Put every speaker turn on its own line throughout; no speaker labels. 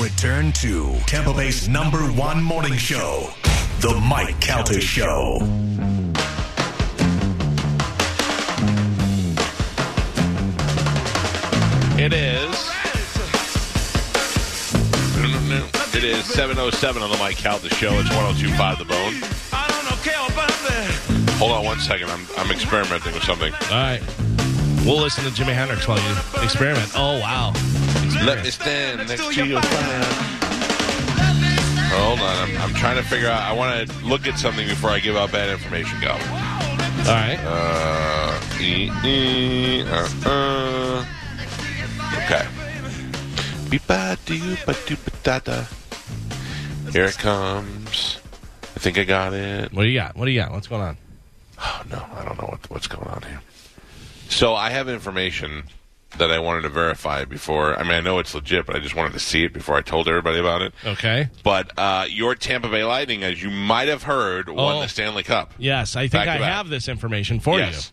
return to Tampa Bay's number one morning show, The Mike Calter Show.
It is. It is 707 on the Mike Calda show. It's 1025 The Bone. Hold on one second. I'm, I'm experimenting with something.
All right. We'll listen to Jimi Hendrix while you experiment. Oh, wow.
Let me stand next to your fire. Hold on. I'm, I'm trying to figure out. I want to look at something before I give out bad information. Go.
All right.
Uh, e- e- uh, uh. Okay. Beep-a-doo-ba-doo-ba-da-da. Here it comes. I think I got it.
What do you got? What do you got? What's going on?
Oh, no, I don't know what, what's going on here. So I have information that I wanted to verify before. I mean, I know it's legit, but I just wanted to see it before I told everybody about it.
Okay.
But uh, your Tampa Bay Lightning, as you might have heard, won
Oh.
the Stanley Cup.
Yes, I think
Back to
I
back.
have this information for
Yes.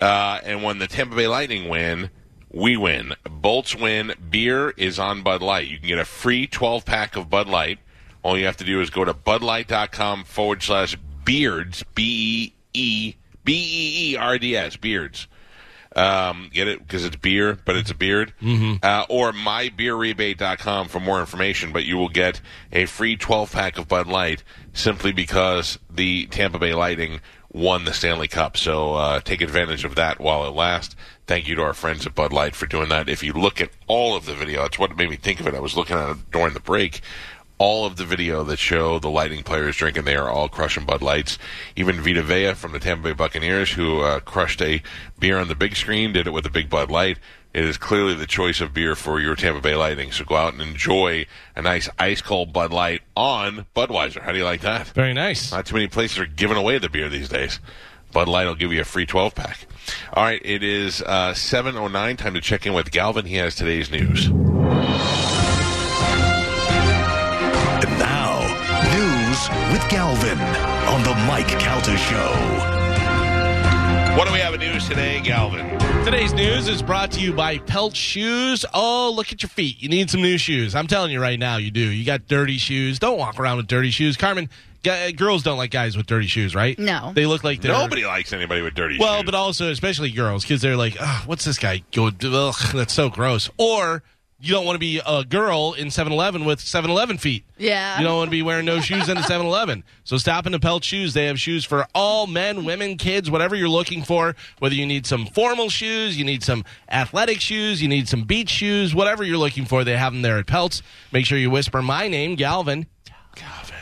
Uh, and when the Tampa Bay Lightning win, we win. Bolts win. Beer is on Bud Light. You can get a free 12 pack of Bud Light. All you have to do is go to budlight.com forward slash beards, B E E B E E R D S, beards. Um, get it because it's beer, but it's a beard. Mm-hmm. Uh, or mybeerrebate.com for more information. But you will get a free 12 pack of Bud Light simply because the Tampa Bay Lightning won the Stanley Cup. So uh, take advantage of that while it lasts. Thank you to our friends at Bud Light for doing that. If you look at all of the video, that's what made me think of it. I was looking at it during the break all of the video that show the Lightning players drinking. They are all crushing Bud Lights. Even Vita Vea from the Tampa Bay Buccaneers, who uh, crushed a beer on the big screen, did it with a big Bud Light. It is clearly the choice of beer for your Tampa Bay Lightning. So go out and enjoy a nice ice cold Bud Light on Budweiser. How do you like that?
you. Very nice.
Not too many places are giving away the beer these days. Bud Light will give you a free 12 pack. All right, it is uh, 7.09. Time to check in with Galvin. He has today's news.
And now, news with Galvin on The Mike Calter Show.
What do we have in news today, Galvin?
Today's news is brought to you by Pelt Shoes. Oh, look at your feet. You need some new shoes. I'm telling you right now, you do. You got dirty shoes. Don't walk around with dirty shoes. Carmen, g- uh, girls don't like guys with dirty shoes, right?
No.
They look like they're.
Nobody likes anybody with dirty
Well,
shoes.
but also especially girls because they're like, "Ugh, what's this guy go? Ugh, that's so gross. Or you don't want to be a girl in 7-Eleven with 7-Eleven feet.
Yeah.
You don't want to be wearing no shoes in a 7-Eleven. So stop into Pelt Shoes. They have shoes for all men, women, kids, whatever you're looking for. Whether you need some formal shoes, you need some athletic shoes, you need some beach shoes, whatever you're looking for, they have them there at Pelts. Make sure you whisper my name, Galvin. Galvin.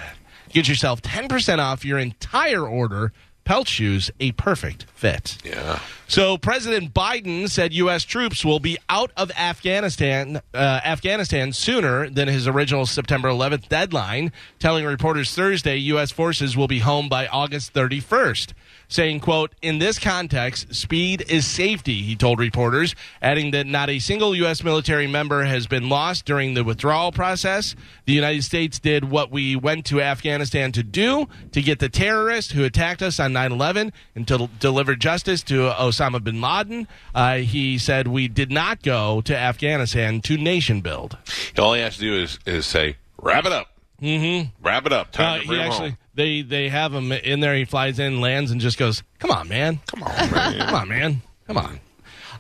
Get yourself 10% off your entire order. Pelt shoes, a perfect fit.
yeah.
So President Biden said U.S. troops will be out of Afghanistan uh, Afghanistan sooner than his original September 11th deadline, telling reporters Thursday U.S. forces will be home by August 31st, saying, "quote In this context, speed is safety," he told reporters, adding that not a single U.S. military member has been lost during the withdrawal process. The United States did what we went to Afghanistan to do to get the terrorists who attacked us on 9 11 and to deliver justice to Osama bin Laden. Uh, he said, We did not go to Afghanistan to nation build.
All he has to do is, is say, wrap it up. Mm-hmm. Wrap it up. Time
Uh,
to
he
bring 'em
actually,
home.
they, they have him in there. He flies in, lands, and just goes, Come on, man.
Come on, man.
Come on, man. Come on.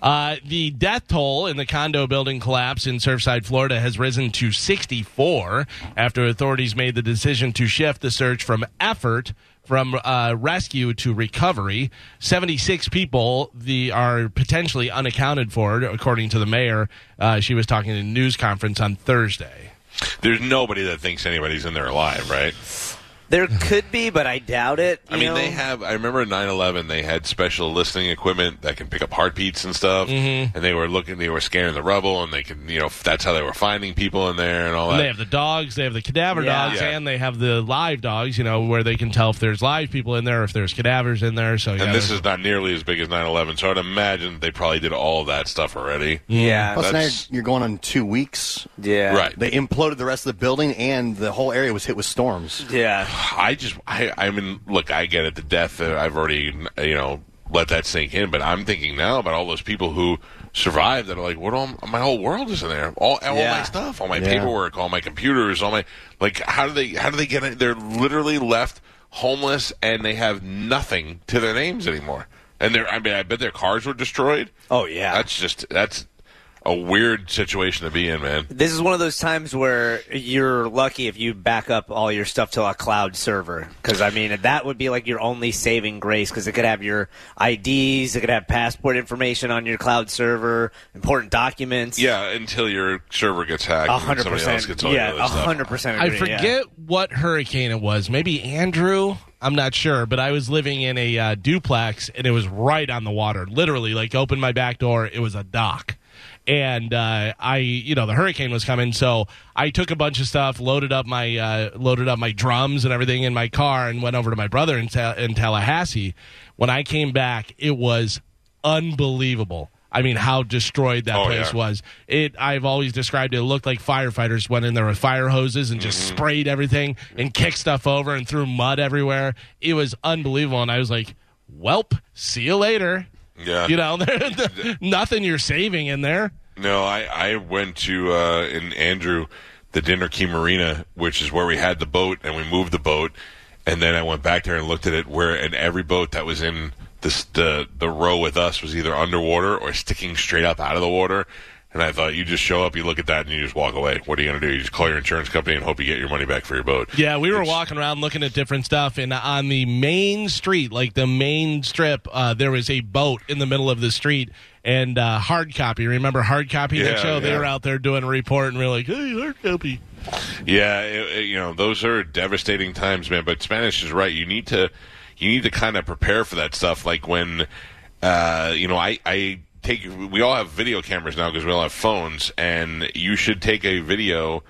Uh, the death toll in the condo building collapse in Surfside, Florida has risen to 64 after authorities made the decision to shift the search from effort from uh, rescue to recovery. 76 people the are potentially unaccounted for, according to the mayor. Uh, she was talking at a news conference on Thursday.
There's nobody that thinks anybody's in there alive, right?
There could be, but I doubt it.
I
you
mean,
know?
they have. I remember 9 11, they had special listening equipment that can pick up heartbeats and stuff. Mm-hmm. And they were looking, they were scanning the rubble, and they can, you know, that's how they were finding people in there and all that.
And they have the dogs, they have the cadaver
Yeah.
dogs,
Yeah.
and they have the live dogs, you know, where they can tell if there's live people in there, if there's cadavers in there. So, yeah,
and this
there's-
is not nearly as big as 9 11, so I'd imagine they probably did all that stuff already.
Yeah.
Plus, now you're,
That's-
you're going on two weeks.
yeah.
Right.
They imploded the rest of the building, and the whole area was hit with storms.
Yeah.
I just, I, I mean, look, I get it. The death, uh, I've already, you know, let that sink in. But I'm thinking now about all those people who survived that are like, what? All, my whole world is in there. All, all
Yeah.
my stuff, all my
Yeah.
paperwork, all my computers, all my like. How do they? How do they get? it? They're literally left homeless and they have nothing to their names anymore. And they're. I mean, I bet their cars were destroyed.
Oh, yeah.
That's just that's a weird situation to be in, man.
This is one of those times where you're lucky if you back up all your stuff to a cloud server. Because, I mean, that would be like your only saving grace because it could have your IDs, it could have passport information on your cloud server, important documents.
Yeah, until your server gets hacked
A
and
hundred
somebody else
percent.
gets all
Yeah,
your
a
other stuff.
hundred percent.
I
agree, yeah.
forget what hurricane it was. Maybe Andrew. I'm not sure, but I was living in a uh, duplex and it was right on the water. Literally, like opened my back door, it was a dock. And uh, I, you know, the hurricane was coming, so I took a bunch of stuff, loaded up my uh, loaded up my drums and everything in my car, and went over to my brother in, Ta- in Tallahassee. When I came back, it was unbelievable. I mean, how destroyed that
Oh,
place
yeah.
was was. It I've always described it looked like firefighters went in there with fire hoses and
Mm-hmm.
just sprayed everything and kicked stuff over and threw mud everywhere. It was unbelievable, and I was like, "Welp, see you later."
Yeah.
you know, nothing you're saving in there.
No, I, I went to uh, in Andrew the Dinner Key Marina, which is where we had the boat, and we moved the boat, and then I went back there and looked at it. Where and every boat that was in this the the row with us was either underwater or sticking straight up out of the water. And I thought you just show up, you look at that, and you just walk away. What are you going to do? You just call your insurance company and hope you get your money back for your boat.
Yeah, we were walking around looking at different stuff, and on the main street, like the main strip, uh, there was a boat in the middle of the street. And uh, hard copy. Remember hard copy? that
Yeah,
show they
yeah.
were out there doing a report, and we are like, "Hey, hard copy."
Yeah, it, it- you know, those are devastating times, man. But Spanish is right. You need to, you need to kind of prepare for that stuff. Like when, uh, you know, I, I take. We all have video cameras now because we all have phones, and you should take a video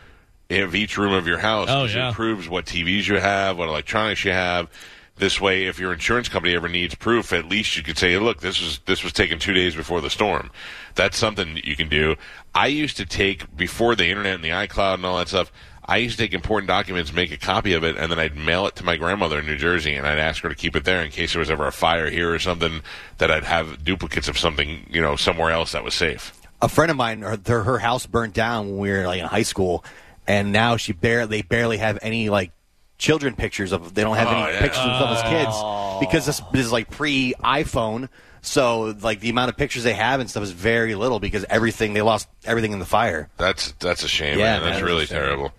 of each room of your house.
Oh,
'cause
yeah.
It proves what TVs you have, what electronics you have. This way, if your insurance company ever needs proof, at least you could say, "Look, this was this was taken two days before the storm." That's something that you can do. I used to take before the internet and the iCloud and all that stuff. I used to take important documents, make a copy of it, and then I'd mail it to my grandmother in New Jersey, and I'd ask her to keep it there in case there was ever a fire here or something that I'd have duplicates of something, you know, somewhere else that was safe.
a friend of mine, her, their- her house burnt down when we were like in high school, and now she barely they barely have any like children pictures of they don't have
Oh,
any
yeah.
pictures of them as kids because this, this is like pre iPhone. So like the amount of pictures they have and stuff is very little because everything they lost everything in the fire.
That's that's a shame,
Yeah,
man. That's
that is a
really
shame.
terrible.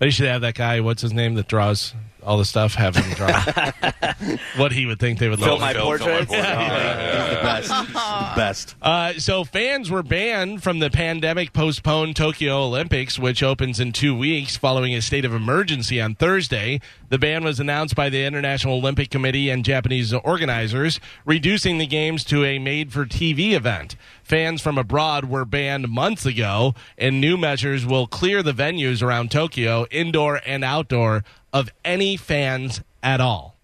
They Oh, should have that guy. What's his name that draws all the stuff? Have him draw what he would think they would
Fill
love.
my
Phil, Phil,
portraits.
portrait.
It's
Uh.
the best, It's the best.
Uh, so fans were banned from the pandemic postponed Tokyo Olympics, which opens in two weeks following a state of emergency on Thursday. The ban was announced by the International Olympic Committee and Japanese organizers, reducing the games to a made-for-TV event. Fans from abroad were banned months ago, and new measures will clear the venues around Tokyo, indoor and outdoor, of any fans at all.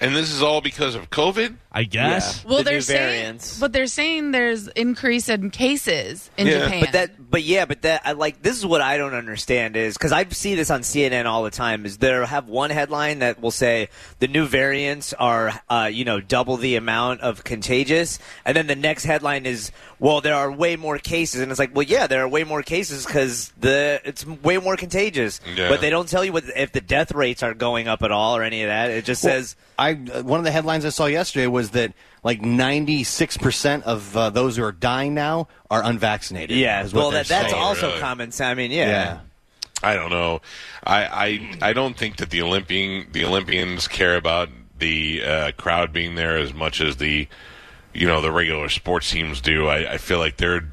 And this is all because of COVID.
I guess.
The
Well,
new
they're saying,
variants.
but they're saying there's increase in cases in
Yeah.
Japan.
But that, but yeah, but that I like this is what I don't understand is because I see this on CNN all the time. Is there have one headline that will say the new variants are uh, you know double the amount of contagious, and then the next headline is well there are way more cases, and it's like well yeah there are way more cases because the it's way more contagious,
Yeah.
but they don't tell you what if the death rates are going up at all or any of that. It just says.
I uh, one of the headlines I saw yesterday was that like ninety six percent of uh, those who are dying now are unvaccinated.
Yeah,
is what
well,
they're
that, that's
saying.
also
Really?
common. sen- I mean,
yeah.
I don't know. I I, I don't think that the Olympian the Olympians care about the uh, crowd being there as much as the you know the regular sports teams do. I, I feel like they're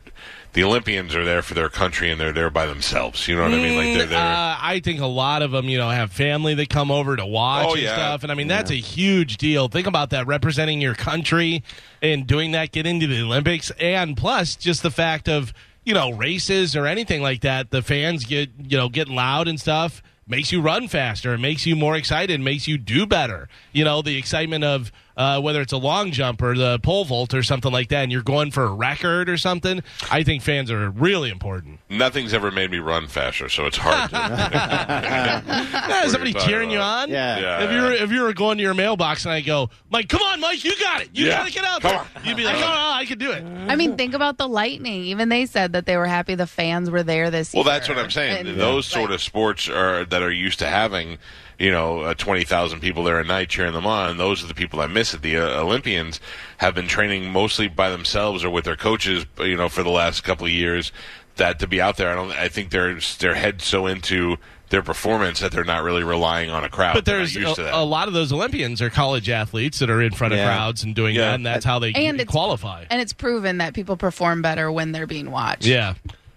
the Olympians are there for their country and they're there by themselves. You know what I mean? Like they're there.
Uh, I think a lot of them, you know, have family that come over to watch
Oh,
and
yeah.
stuff. And I mean, that's a huge deal. Think about that representing your country and doing that, get into the Olympics. And plus, just the fact of, you know, races or anything like that, the fans get, you know, get loud and stuff. Makes you run faster. It makes you more excited. Makes you do better. You know, the excitement of, uh, whether it's a long jump or the pole vault or something like that, and you're going for a record or something, I think fans are really important.
Nothing's ever made me run faster, so it's hard to.
Yeah, is somebody
talking
cheering you
about?
on?
Yeah.
Yeah.
If you were if you were going to your mailbox and I go, Mike, come on, Mike, you got it. You
Yeah.
gotta get out
Come
there.
on.
You'd be like, oh, I can do it.
I mean, think about the Lightning. Even they said that they were happy the fans were there this
Well,
year.
that's what I'm saying.
And,
Those
like,
sort of sports are that are used to having, you know, uh, twenty thousand people there a night cheering them on. Those are the people I miss at the uh, Olympians. Have been training mostly by themselves or with their coaches, you know, for the last couple of years. That to be out there, I don't. I think they're their head so into their performance that they're not really relying on a crowd.
But
They're not
there's
used to
a,
that.
a lot of those Olympians are college athletes that are in front of
Yeah.
crowds and doing
Yeah.
that, and that's how they
And it's-
qualify.
And it's proven that people perform better when they're being watched.
yeah,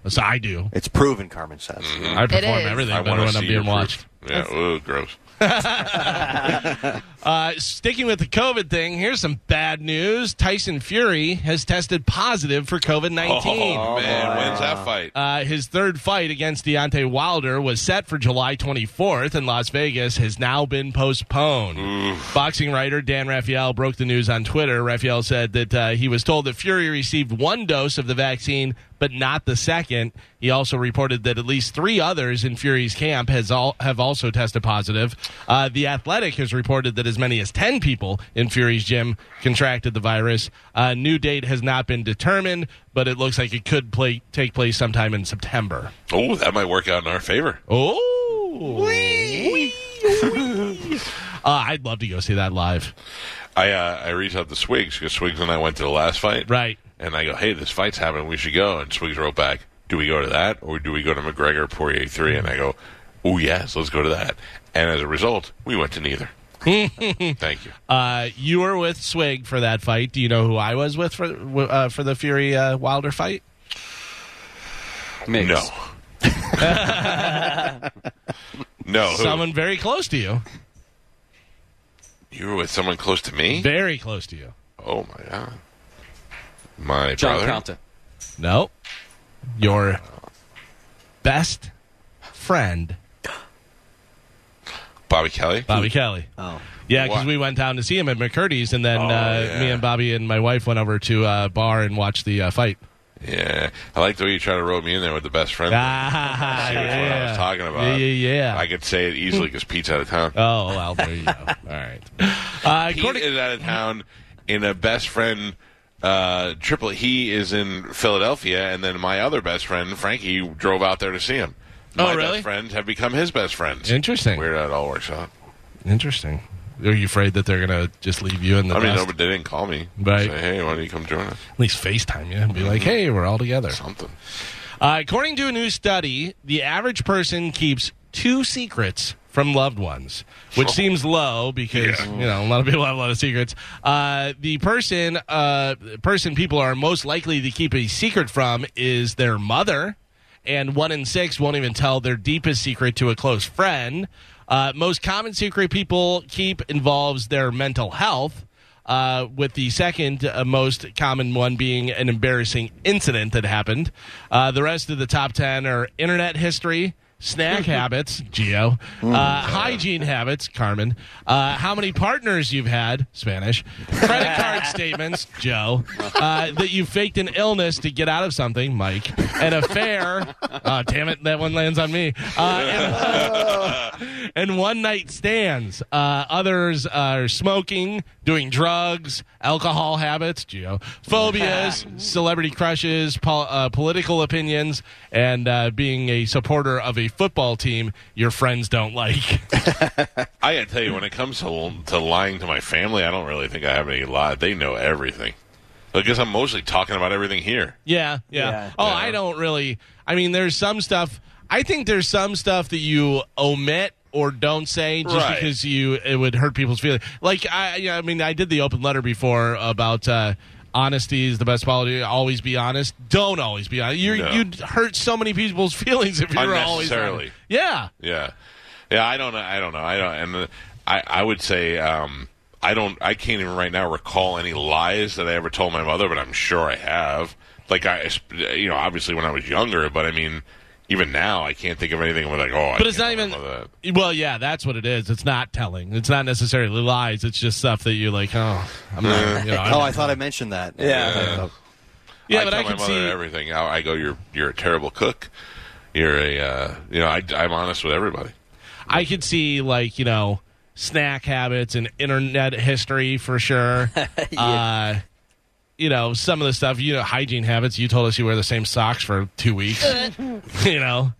so I do.
It's proven, Carmen says.
Mm-hmm.
I perform
is.
everything
I
better
want
when
to
I'm
see your
being watched.
proof. Yeah, ooh, gross.
Uh, sticking with the COVID thing, here's some bad news. Tyson Fury has tested positive for COVID
Oh,
19.
man, when's that fight?
Uh, his third fight against Deontay Wilder was set for July 24th in Las Vegas, has now been postponed. Boxing writer Dan Raphael broke the news on Twitter. Raphael said that uh, he was told that Fury received one dose of the vaccine, but not the second. He also reported that at least three others in Fury's camp has all, have also tested positive. Uh, the Athletic has reported that as many as 10 people in Fury's gym contracted the virus. A new date has not been determined, but it looks like it could play, take place sometime in September.
Oh, that might work out in our favor.
Oh. Uh, I'd love to go see that live.
I uh, I reached out to Swigs because Swigs and I went to the last fight.
Right.
And I go, hey, this fight's happening. We should go. And Swigs wrote back, do we go to that or do we go to McGregor Poirier 3? And I go, oh, yes, let's go to that. And as a result, we went to neither. Thank you.
Uh, you were with Swig for that fight. Do you know who I was with for uh, for the Fury uh, Wilder fight?
No. no. who?
Someone very close to you.
You were with someone close to me?
Very close to you.
Oh, my God. My
John
brother?
Calta.
No. Your best friend,
Bobby Kelly?
Bobby Kelly.
Oh.
Yeah, because
What?
we went down to see him at McCurdy's, and then
Oh,
uh,
yeah.
me and Bobby and my wife went over to a bar and watched the uh, fight.
Yeah. I like the way you try to rope me in there with the best friend.
Ah,
See which one I was talking about.
Yeah, yeah, yeah. Hmm.
I could say it easily because Pete's out of town.
Oh well, there you go. All right. Uh,
Pete
according-
is out of town in a best friend uh, triple. He is in Philadelphia, and then my other best friend Frankie drove out there to see him.
Oh,
my
really?
best friends have become his best friends.
Interesting.
Weird how it all works out.
Interesting. Are you afraid that they're gonna just leave you in the
I mean,
dust?
no, but they didn't call me.
Right.
Say, hey, why don't you come join us?
At least FaceTime you and be
Mm-hmm.
like, "Hey, we're all together."
Something.
Uh, according to a new study, the average person keeps two secrets from loved ones, which seems low because you know a lot of people have a lot of secrets. Uh, the person, uh, person people are most likely to keep a secret from is their mother, and one in six won't even tell their deepest secret to a close friend. Uh, most common secret people keep involves their mental health uh, with the second uh, most common one being an embarrassing incident that happened. Uh, the rest of the top 10 are internet history, snack habits, Geo, uh, hygiene habits, Carmen, uh, how many partners you've had, Spanish, credit card statements, Joe, uh, that you faked an illness to get out of something, Mike, an affair, uh, damn it, that one lands on me, uh, and- and one night stands. Uh, others are smoking, doing drugs, alcohol habits, geo phobias, celebrity crushes, pol- uh, political opinions, and uh, being a supporter of a football team your friends don't like.
I gotta tell you, when it comes to to lying to my family, I don't really think I have any lie. They know everything. I guess I'm mostly talking about everything here.
Yeah, yeah.
Yeah.
Oh, I don't really. I mean, there's some stuff. I think there's some stuff that you omit or don't say just
Right.
because you it would hurt people's feelings. Like I, yeah, I mean, I did the open letter before about. Uh, Honesty is the best quality. Always be honest. Don't always be honest. You're,
No.
You'd hurt so many people's feelings if you were always
Unnecessarily.
honest. Yeah.
Yeah, yeah. I don't know. I don't know. I don't. And uh, I, I would say, um, I don't. I can't even right now recall any lies that I ever told my mother, but I'm sure I have. Like I, you know, obviously when I was younger, but I mean, Even now, I can't think of anything. I'm like, oh, I
But it's not
can't
even.
remember that.
Well, yeah, that's what it is. It's not telling. It's not necessarily lies. It's just stuff that you're like, oh, I'm not. You know, I'm
Oh,
not-
I thought I mentioned that.
Yeah.
yeah,
I
but
tell
I
my
can
mother
see.
everything. I, I go, you're you're a terrible cook. You're a uh, you know. I, I'm honest with everybody.
I could see like you know snack habits and internet history for sure. uh, you know some of the stuff. You know hygiene habits. You told us you wear the same socks for two weeks. you know,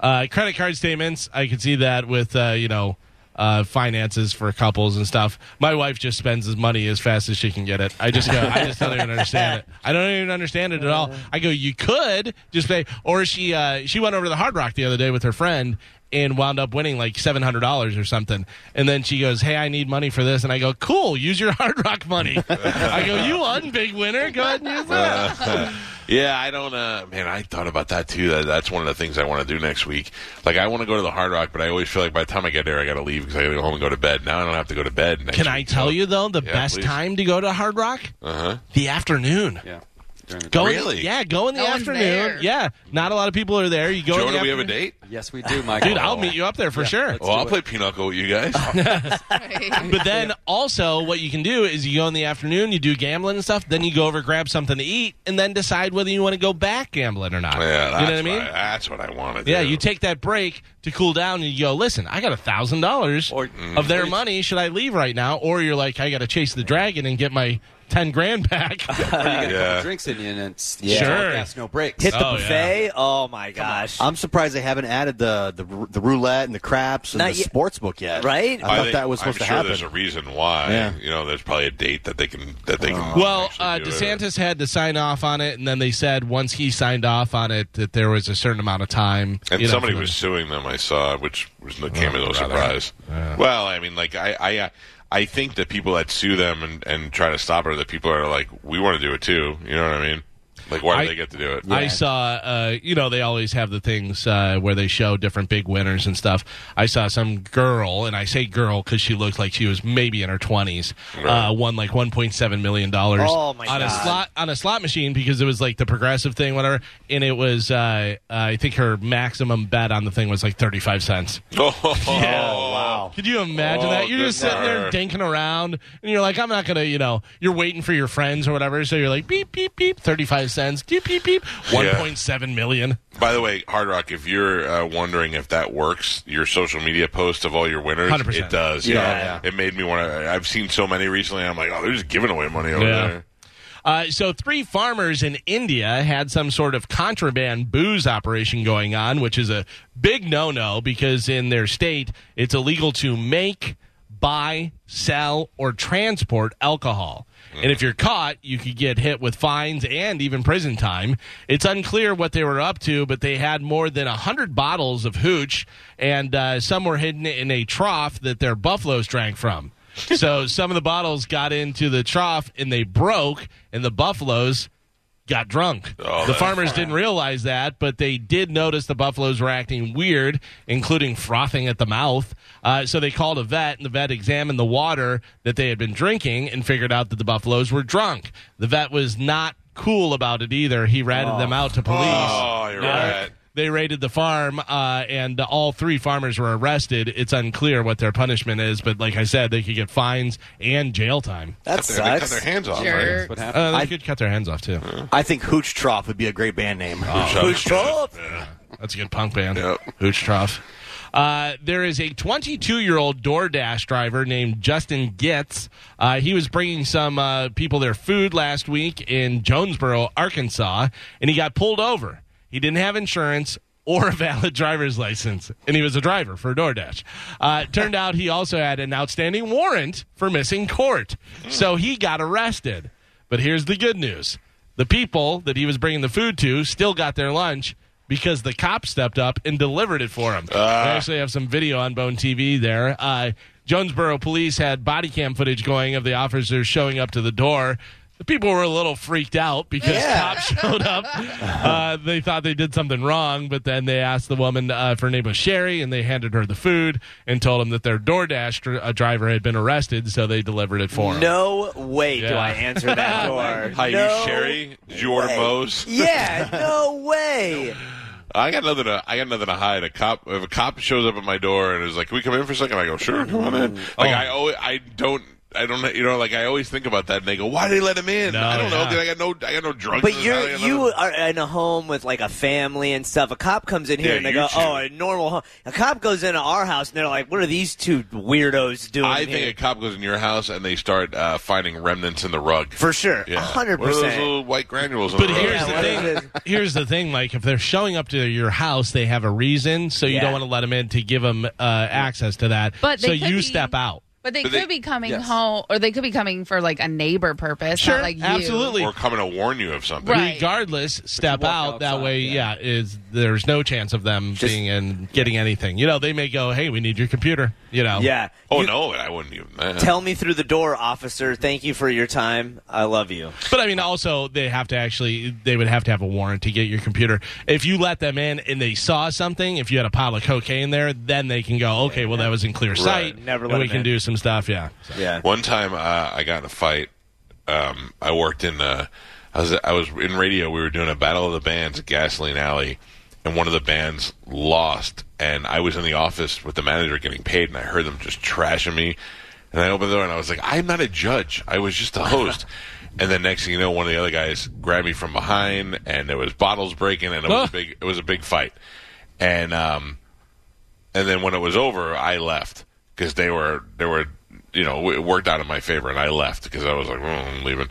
uh, credit card statements. I could see that with uh, you know. Uh, finances for couples and stuff. My wife just spends his money as fast as she can get it. I just go. I just don't even understand it. I don't even understand it at all. I go. You could just pay, or she uh, she went over to the Hard Rock the other day with her friend and wound up winning like seven hundred dollars or something. And then she goes, "Hey, I need money for this," and I go, "Cool, use your Hard Rock money." I go, "You won, big winner. Go ahead and use that."
yeah, I don't. Uh, man, I thought about that too. That, that's one of the things I want to do next week. Like, I want to go to the Hard Rock, but I always feel like by the time I get there, I got to leave because I got to go home and go to bed. Now I don't have to go to bed. Next
Can I tell you though, the
Yeah,
best
please.
time to go to Hard Rock?
Uh huh.
The afternoon.
Yeah. During the
Go in the-
Really?
yeah, go in the
No one's
afternoon.
there.
Yeah, not a lot of people are there. You go. in
Joe,
the
do we have a
afternoon.
date?
Yes, we do, Michael.
Dude, I'll meet you up there for sure.
Well, I'll play pinochle with you guys.
But then also, what you can do is you go in the afternoon, you do gambling and stuff, then you go over grab something to eat, and then decide whether you want to go back gambling or not.
yeah, that's
you know what I mean?
What I, that's what I want to
yeah,
do.
you take that break to cool down, and you go, "Listen, I got a thousand dollars
Or-
Mm-hmm.
of their money. Should I leave right now?" Or you're like, "I got to chase the dragon and get my ten grand back."
Yeah.
Drinks in you, and it's
Yeah.
it's all
Sure.
gas, no breaks.
Hit the
Oh, yeah.
buffet. Oh my gosh.
I'm surprised they haven't added the the, r- the roulette and the craps and
Not
the
yet.
sports book yet.
Right?
I
I
thought
think-
that was supposed
I'm
to
sure
happen.
There's a reason why.
Yeah. Oh.
You know, there's probably a date that they can that they can.
Well,
actually
uh,
do it.
DeSantis had to sign off on it, and then they said once he signed off on it that there was a certain amount of time.
And
you know,
somebody
for
was
the- Oh,
suing them. I saw, which was no, came as no surprise. Well, I mean, like I, I, uh, I think that people that sue them and, and try to stop it, are the people that are like, we want to do it too. You know what I mean? Like, why
I-
do they get to do it?
I saw, uh, you know, they always have the things uh, where they show different big winners and stuff. I saw some girl, and I say girl because she looked like she was maybe in her twenties, uh, won like one point seven million dollars
Oh, my
on a
God.
slot on a slot machine because it was like the progressive thing, whatever. And it was, uh, I think her maximum bet on the thing was like thirty five cents.
Oh,
wow.
Could you imagine
Oh,
that? You're
good
just sitting there
lord.
dinking around, and you're like, I'm not gonna, you know, you're waiting for your friends or whatever. So you're like, beep beep beep, thirty five cents, beep beep beep, one point seven million.
By the way, Hard Rock, if you're uh, wondering if that works, your social media post of all your winners,
100%.
it does.
Yeah,
yeah. It made me want to. I've seen so many recently. I'm like, oh, they're just giving away money over
Yeah.
there.
Uh, so, three farmers in India had some sort of contraband booze operation going on, which is a big no no because in their state, it's illegal to make, buy, sell, or transport alcohol. And
Mm.
if you're caught, you could get hit with fines and even prison time. It's unclear what they were up to, but they had more than 100 bottles of hooch, and uh, some were hidden in a trough that their buffaloes drank from so some of the bottles got into the trough and they broke, and the buffaloes got drunk.
Oh,
the
that's
farmers didn't realize that, but they did notice the buffaloes were acting weird, including frothing at the mouth. Uh, so they called a vet, and the vet examined the water that they had been drinking and figured out that the buffaloes were drunk. The vet was not cool about it either. He ratted them out to police.
Oh, you're
Yeah.
right.
They raided the farm, uh, and all three farmers were arrested. It's unclear what their punishment is, but like I said, they could get fines and jail time.
that
They cut their
sucks.
hands off. Right?
What happened?
Uh, they could cut their hands off too.
I think Hooch Trough would be a great band
Oh,
name.
Who's
That's a good punk band.
Yep.
Hooch Trough. Uh, there is a 22 year old DoorDash driver named Justin Gitz. Uh, he was bringing some uh, people their food last week in Jonesboro, Arkansas, and he got pulled over. He didn't have insurance or a valid driver's license, and he was a driver for DoorDash. Uh, it turned out he also had an outstanding warrant for missing court, so he got arrested. But here's the good news the people that he was bringing the food to still got their lunch because the cop stepped up and delivered it for him. I actually have some video on Bone TV there. Uh, Jonesboro police had body cam footage going of the officers showing up to the door. The people were a little freaked out because cops showed up. Uh, they thought they did something wrong, but then they asked the woman uh, if her name was Sherry, and they handed her the food and told them that their DoorDash dr- uh, driver had been arrested, so they delivered it for him.
No way do
Yeah.
I answer that door.
Hi,
no
you Sherry. Did you order
way.
Moe's?
Yeah, no way.
I got nothing to. I got nothing to hide. A cop. If a cop shows up at my door and is like, "Can we come in for a second? I go, "Sure, come on in." Like
Oh.
I always, I don't. I don't, you know, like I always think about that, and they go, "Why did they let him in?"
No,
I don't know.
yeah.
'cause I got no, I got no drugs. in
But
this
you're
alley, I got
you
nothing.
are in a home with like a family and stuff. A cop comes in here
Yeah,
and they
you
go,
two.
"Oh, a normal home." A cop goes into our house and they're like, "What are these two weirdos doing?"
I
here?
think a cop goes in your house and they start uh, finding remnants in the rug.
for sure, a
Yeah.
hundred
What are those
percent.
little white granules. in
But
the rug?
here's
Yeah, what
the
is
thing. Here's the thing, Mike. If they're showing up to your house, they have a reason, so you
Yeah.
don't want to let them in to give them uh, access to that.
But
so
they could
you
be-
step out.
But they
But they-
could be coming
yes.
home, or they could be coming for like a neighbor purpose, not like you.
absolutely.
or coming to warn you of something.
Right.
Regardless, step
walk
out. that
outside,
way, yeah.
yeah.
is there's no chance of them
Just-
being in getting anything. You know, they may go, "Hey, we need your computer." You know,
Yeah.
Oh
You-
no, I wouldn't even. eh.
Tell me through the door, officer. Thank you for your time. I love you.
But I mean, also they have to actually they would have to have a warrant to get your computer. If you let them in and they saw something, if you had a pile of cocaine there, then they can go, okay, well that was in clear sight.
Never
and
let
we
them
can
in.
do some stuff. Yeah.
Yeah.
One time, uh, I got in a fight. Um, I worked in. Uh, I was I was in radio. We were doing a battle of the bands at Gasoline Alley, and one of the bands lost. And I was in the office with the manager getting paid, and I heard them just trashing me. And I opened the door, and I was like, "I'm not a judge. I was just a host." and then next thing you know, one of the other guys grabbed me from behind, and there was bottles breaking, and it was
Ah.
a big it was a big fight. And um, and then when it was over, I left because they were they were you know it worked out in my favor, and I left because I was like, "Mm, I'm leaving.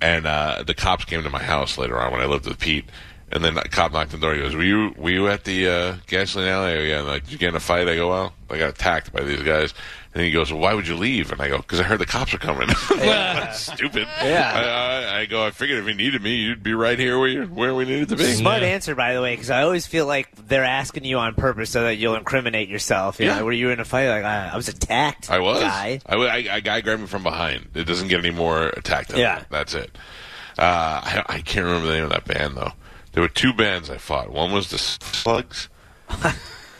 And uh, the cops came to my house later on when I lived with Pete, and then the cop knocked on the door. He goes, "Were you were you at the uh, gasoline alley?" I go, yeah, and like, did you get in a fight? I go, "Well, I got attacked by these guys." And he goes, well, "Why would you leave?" And I go, "Because I heard the cops are coming." Stupid. Yeah. I, I, I go. I figured if he needed me, you'd be right here where you where we needed to be.
Smart
Yeah.
answer, by the way, because I always feel like they're asking you on purpose so that you'll incriminate yourself. You
Yeah.
yeah. Know, were you in a fight? Like, I, I was attacked.
I was.
Guy.
I, wa- I, I guy grabbed me from behind. It doesn't get any more attacked. Than
Yeah.
that. that's it. Uh, I, I can't remember the name of that band though. There were two bands I fought. One was the Slugs,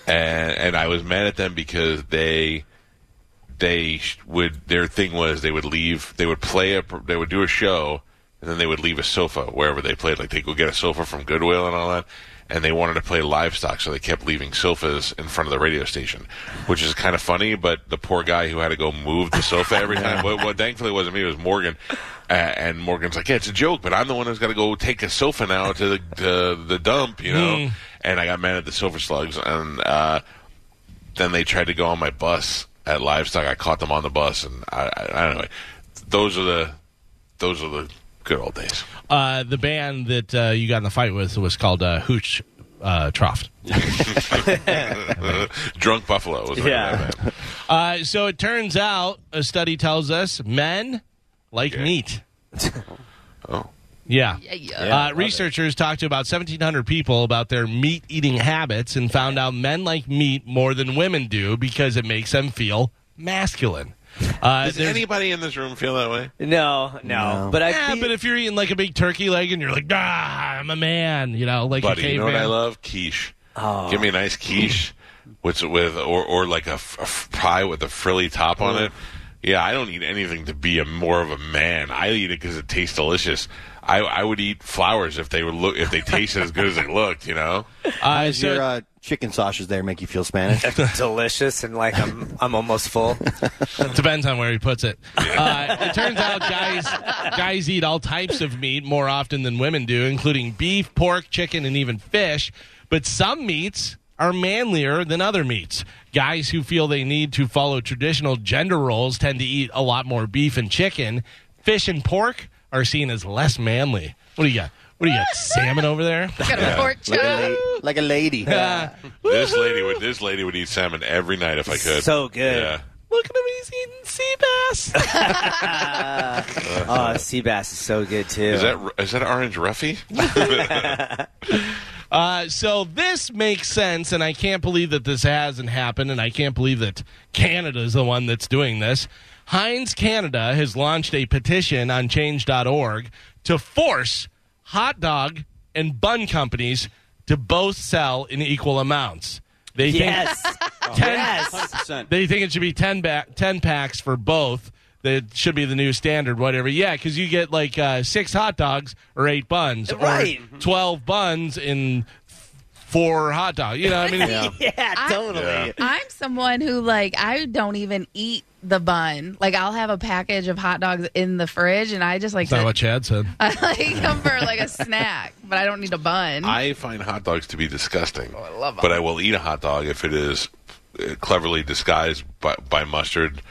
and and I was mad at them because they they sh- would their thing was they would leave they would play a pr- they would do a show and then they would leave a sofa wherever they played like they go get a sofa from Goodwill and all that and they wanted to play livestock so they kept leaving sofas in front of the radio station which is kind of funny but the poor guy who had to go move the sofa every time well, well thankfully it wasn't me it was Morgan uh, and Morgan's like yeah it's a joke but I'm the one who's got to go take a sofa now to the to the dump you know and I got mad at the silver slugs and uh then they tried to go on my bus at livestock. I caught them on the bus, and I, I, anyway, those are the those are the good old days.
Uh, the band that uh, you got in the fight with was called uh, Hooch uh, Trough.
Drunk Buffalo was the yeah.
Yeah.
name of that band.
Uh, so it turns out a study tells us men like
Yeah.
meat.
Oh.
Yeah.
Yeah, yeah.
Uh, researchers talked to about 1,700 people about their meat eating habits and found out men like meat more than women do because it makes them feel masculine. Uh,
Does
there's-
anybody in this room feel that way?
No, no, But I.
yeah, but if you're eating like a big turkey leg and you're like, ah, I'm a man, you know, like a
Buddy, you know
caveman.
what I love? Quiche. Give me a nice quiche with with or or like a, f- a f- pie with a frilly top on it. Yeah, I don't eat anything to be a more of a man. I eat it because it tastes delicious. I, I would eat flowers if they were look if they tasted as good as they looked. You know.
Uh,
Does
so
your uh, chicken sausage there make you feel Spanish?
delicious and like I'm I'm almost full.
Depends on where he puts it. Uh, it turns out guys guys eat all types of meat more often than women do, including beef, pork, chicken, and even fish. But some meats are manlier than other meats. Guys who feel they need to follow traditional gender roles tend to eat a lot more beef and chicken. Fish and pork are seen as less manly. What do you got? What do you got? salmon over there?
Got a pork
like,
chop.
a la- like a lady.
This lady would this lady would eat salmon every night if I could.
So good.
Yeah.
Look at him, he's eating sea bass.
Oh, sea bass is so good too.
Is that is that orange roughy?
Uh, so this makes sense, and I can't believe that this hasn't happened, and I can't believe that Canada is the one that's doing this. Heinz Canada has launched a petition on change.org to force hot dog and bun companies to both sell in equal amounts. They
yes.
think 10,
yes.
100%.
they think it should be 10, ba- 10 packs for both. That should be the new standard, whatever. Yeah, because you get like
Mm-hmm.
uh, six hot dogs or eight buns,
Right.
Or twelve buns in for hot dog. You know, what I mean,
yeah,
I-
totally.
Yeah.
I'm someone who like I don't even eat the bun. Like I'll have a package of hot dogs in the fridge, and I just like
that's not
to-
what Chad said.
Uh,
I like them for like a snack, but I don't need a bun.
I find hot dogs to be disgusting. Oh, I love But I will eat a hot dog if it is uh, cleverly disguised by, by mustard,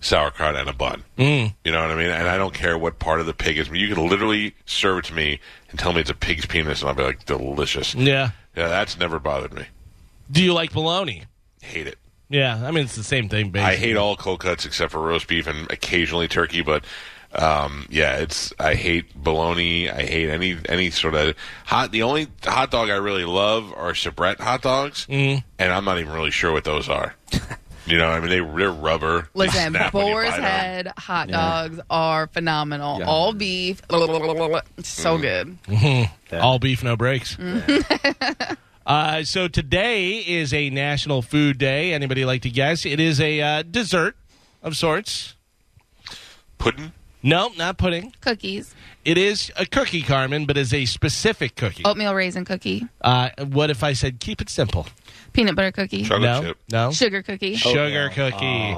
sauerkraut, and a bun. Mm. You know what I mean? And I don't care what part of the pig is. I mean, you can literally serve it to me and tell me it's a pig's penis, and I'll be like, delicious.
Mm.
Yeah.
Yeah, that's never bothered me.
Do you like bologna?
Hate it.
Yeah, I mean it's the same thing. Basically.
I hate all cold cuts except for roast beef and occasionally turkey, but um, yeah, it's I hate bologna. I hate any any sort of hot. The only hot dog I really love are soubrette hot dogs,
Mm-hmm.
mm. and I'm not even really sure what those are. you know, I mean they, they're rubber. They
Listen,
snap when you
Boar's
bite 'em.
Head hot dogs are phenomenal. All beef, so good.
All beef, no breaks.
Mm.
uh, so today is a National Food Day. Anybody like to guess? It is a uh, dessert of sorts.
Pudding.
No, not pudding.
Cookies,
It is a cookie, Carmen, but is a specific cookie.
oatmeal raisin cookie,
Uh, what if I said keep it simple?
peanut butter cookie,
Chocolate
no,
chip.
no.
sugar cookie.
Sugar cookie.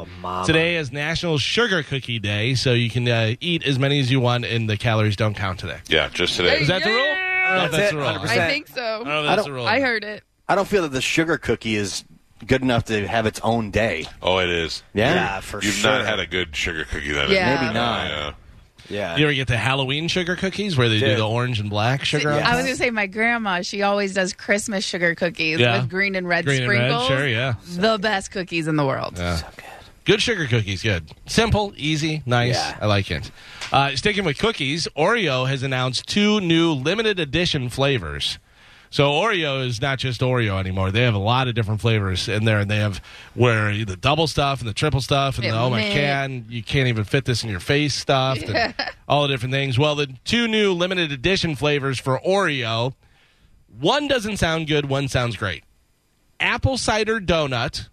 Today is National Sugar Cookie Day, so you can uh, eat as many as you want, and the calories don't count today.
Yeah, just today.
Is that the rule? I don't know if
That's
that's
it,
the rule. I
100%.
I think
don't know
so.
if that's
I
the
don't-
rule.
I heard it.
I don't feel that the sugar cookie is good enough to have its own day.
Oh, it is.
Yeah,
Yeah, for
You've
sure.
not had a good sugar cookie then.
Yeah.
Ah, Maybe not.
Yeah.
Yeah.
You ever get the Halloween sugar cookies where they do
Dude.
the orange and black sugar? on
I
top?
was gonna say my grandma. She always does Christmas sugar cookies
Yeah.
with green and red
Green and red,
sprinkles.
sure, yeah.
the best cookies in the world.
Good sugar cookies, good. Simple, easy, nice.
Yeah.
I like it. Uh, sticking with cookies, Oreo has announced two new limited edition flavors. So Oreo is not just Oreo anymore. They have a lot of different flavors in there, and they have where the double stuff and the triple stuff and
Yeah,
the oh my
mint.
can you can't even fit this in your face stuff and all the different things. Well, the two new limited edition flavors for Oreo, one doesn't sound good, one sounds great. Apple cider donut.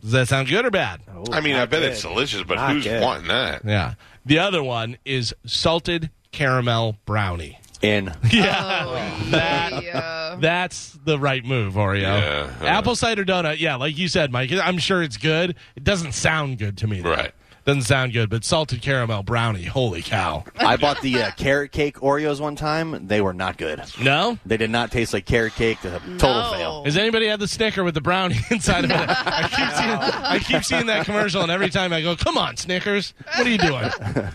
Does that sound good or bad?
I mean, I bet it's delicious, but
Not
who's
good.
wanting that?
Yeah. The other one is salted caramel brownie.
In
Yeah.
That's the right move, Oreo.
Yeah, uh.
Apple cider donut. Yeah, like you said, Mike. I'm sure it's good. It doesn't sound good to me. though.
Right.
Doesn't sound good, but salted caramel brownie. Holy cow.
I bought the uh, carrot cake Oreos one time. They were not good.
No?
They did not taste like carrot cake. The total
No.
fail.
Has anybody had the Snicker with the brownie inside of it? I keep, seeing, I keep seeing that commercial, and every time I go, come on, Snickers. What are you doing?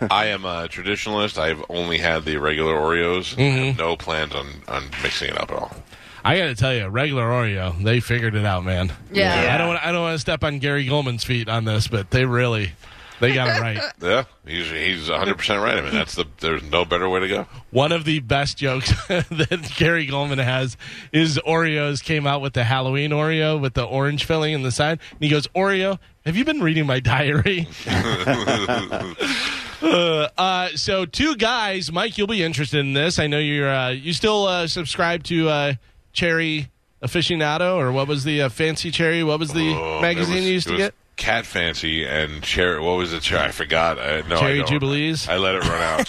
I am a traditionalist. I've only had the regular Oreos. I
Mm-hmm.
have no plans on, on mixing it up at all.
I got to tell you, regular Oreo, they figured it out, man.
Yeah.
I don't. Wanna, I don't want to step on Gary Goldman's feet on this, but they really, they got it right.
Yeah, he's he's 100 percent right. I mean, that's the there's no better way to go.
One of the best jokes that Gary Goldman has is Oreos came out with the Halloween Oreo with the orange filling in the side, and he goes, "Oreo, have you been reading my diary?" Uh, uh, so two guys, Mike, you'll be interested in this. I know you're. Uh, you still uh, subscribe to uh, Cherry Aficionado, or what was the uh, fancy Cherry? What was the
Oh,
magazine
it was-
you used
it
to
was
get?
Cat Fancy and Cherry. What was the cherry? I forgot. I, no,
Cherry
I don't.
Jubilees?
I let it run out.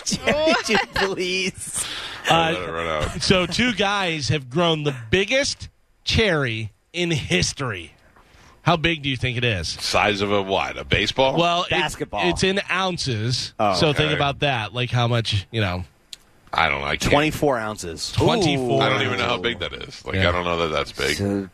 Please.
I let it run out.
So two guys have grown the biggest cherry in history. How big do you think it is?
Size of a what? A baseball?
Well, it-
Basketball.
it's in ounces. so think
Oh, okay.
about that, like how much you know.
I don't know. I can't-
24 ounces.
24.
I don't even know how big that is. Like
Yeah.
I don't know that that's big.
So,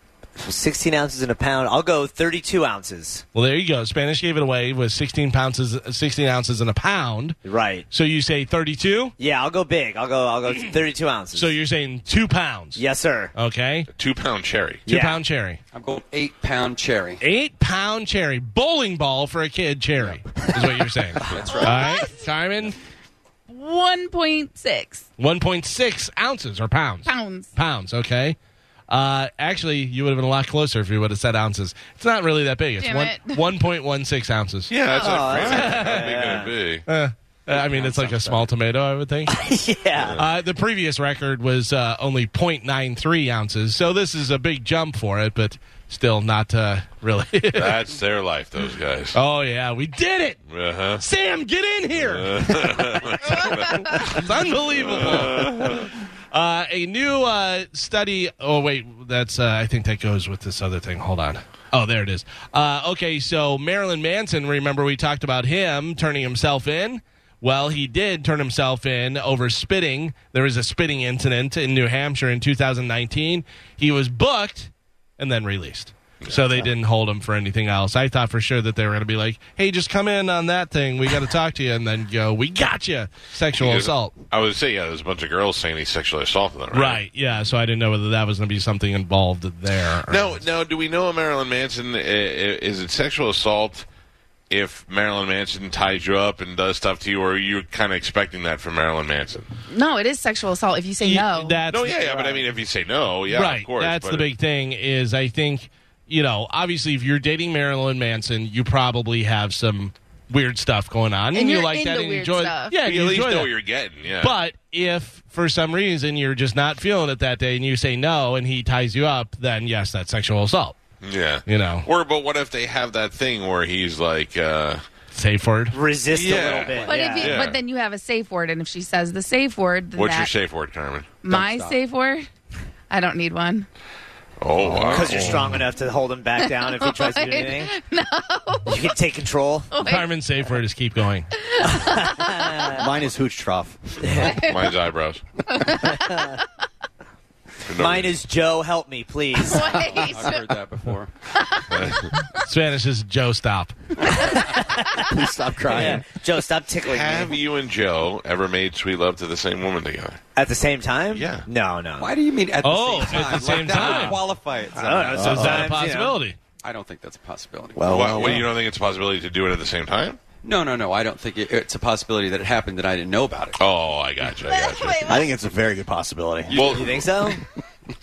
16 ounces in a pound. I'll go 32 ounces.
Well, there you go. Spanish gave it away with 16 pounds, 16 ounces in a pound.
Right.
So you say 32.
Yeah, I'll go big. I'll go. I'll go 32 ounces.
So you're saying two pounds.
yes, sir.
Okay.
Two pound cherry.
Two
Yeah.
pound cherry.
I'm going eight pound cherry.
Eight pound cherry. Bowling ball for a kid cherry is what you're saying. That's right. All right. Simon,
One point six
1.6 ounces or pounds.
pounds.
pounds. Okay. Uh, actually, you would have been a lot closer if you would have said ounces. It's not really that big. It's
Damn
one
it.
one point one six ounces.
Yeah, that's like how big would it be?
Uh, I mean, it's like a small tomato, I would think.
Yeah.
uh, the previous record was uh, only 0.93 ounces, so this is a big jump for it, but still not uh, really.
That's their life, those guys.
oh yeah, we did it.
Uh huh.
Sam, get in here. it's unbelievable. Uh, Uh, a new uh, study. Oh wait, that's. Uh, I think that goes with this other thing. Hold on. Oh, there it is. Uh, okay, so Marilyn Manson. Remember we talked about him turning himself in. Well, he did turn himself in over spitting. There was a spitting incident in New Hampshire in 2019. He was booked and then released. So they didn't hold him for anything else. I thought for sure that they were going to be like, "Hey, just come in on that thing. We got to talk to you," and then go, "We got you." Sexual assault.
I would say, yeah, there's a bunch of girls saying he sexually assaulted them, right?
Right. Yeah. So I didn't know whether that was going to be something involved there. or-
Now, now, do we know Marilyn Manson? i- i- Is it sexual assault if Marilyn Manson ties you up and does stuff to you, or are you kind of expecting that from Marilyn Manson?
No, it is sexual assault if you say no.
That's
No, yeah, yeah, but I mean, if you say no, yeah,
right.
of course.
That's the
but-
big thing. Is I think you know, obviously, if you're dating Marilyn Manson, you probably have some weird stuff going on, and,
And
you
you're
like that
into
and
weird
enjoy.
stuff.
Yeah,
You
you
at least
enjoy
know
that.
what you're getting, yeah.
But if for some reason you're just not feeling it that day, and you say no, and he ties you up, then yes, that's sexual assault.
yeah,
You know,
Or, but what if they have that thing where he's like, uh,
safe word.
Resist
Yeah.
a little bit.
But
yeah.
if you,
Yeah.
but then you have a safe word, and if she says the safe word, then
"What's your
that-
safe word, Carmen?"
my safe word. I don't need one.
Oh, wow.
because you're strong enough to hold him back down if he tries to do anything. No, you can take control.
Carmen's safe word is keep going.
Mine is hooch trough.
Mine's eyebrows.
Mine is Joe. Help me, please.
Wait.
I've heard that before.
Spanish is Joe. Stop.
Please stop crying.
Yeah. Joe, stop tickling
Have
me.
you and Joe ever made sweet love to the same woman together?
At the same time?
Yeah.
No, no. Uh,
Why do you mean at the
Oh,
same time?
at the same
like, that would
time.
qualify
Oh,
it.
I don't know.
So is that
Sometimes,
a
you know.
possibility?
I don't think that's a possibility.
Oh,
Well,
Why- what, you don't think it's a possibility to do it at the same time?
no, no, no. I don't think it, it's a possibility that it happened and I didn't know about it.
Oh, I got you. I got you.
I think it's a very good possibility.
Well,
You think so?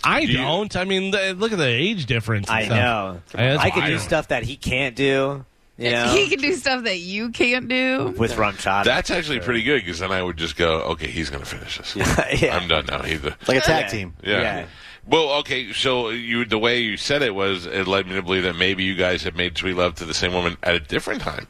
I
Do you-
don't. I mean, th- look at the age difference. and
I
stuff.
know.
Yeah, that's
I could
why
do
don't-
stuff that he can't do. You know,
He can do stuff that you can't do.
with rum shot.
that's actually pretty good because then I would just go, okay, he's going to finish this.
Yeah.
I'm done now. He's the,
Like a tag
Yeah.
team.
yeah.
Yeah.
Well, okay. So you, the way you said it was, it led me to believe that maybe you guys have made sweet love to the same woman at a different time.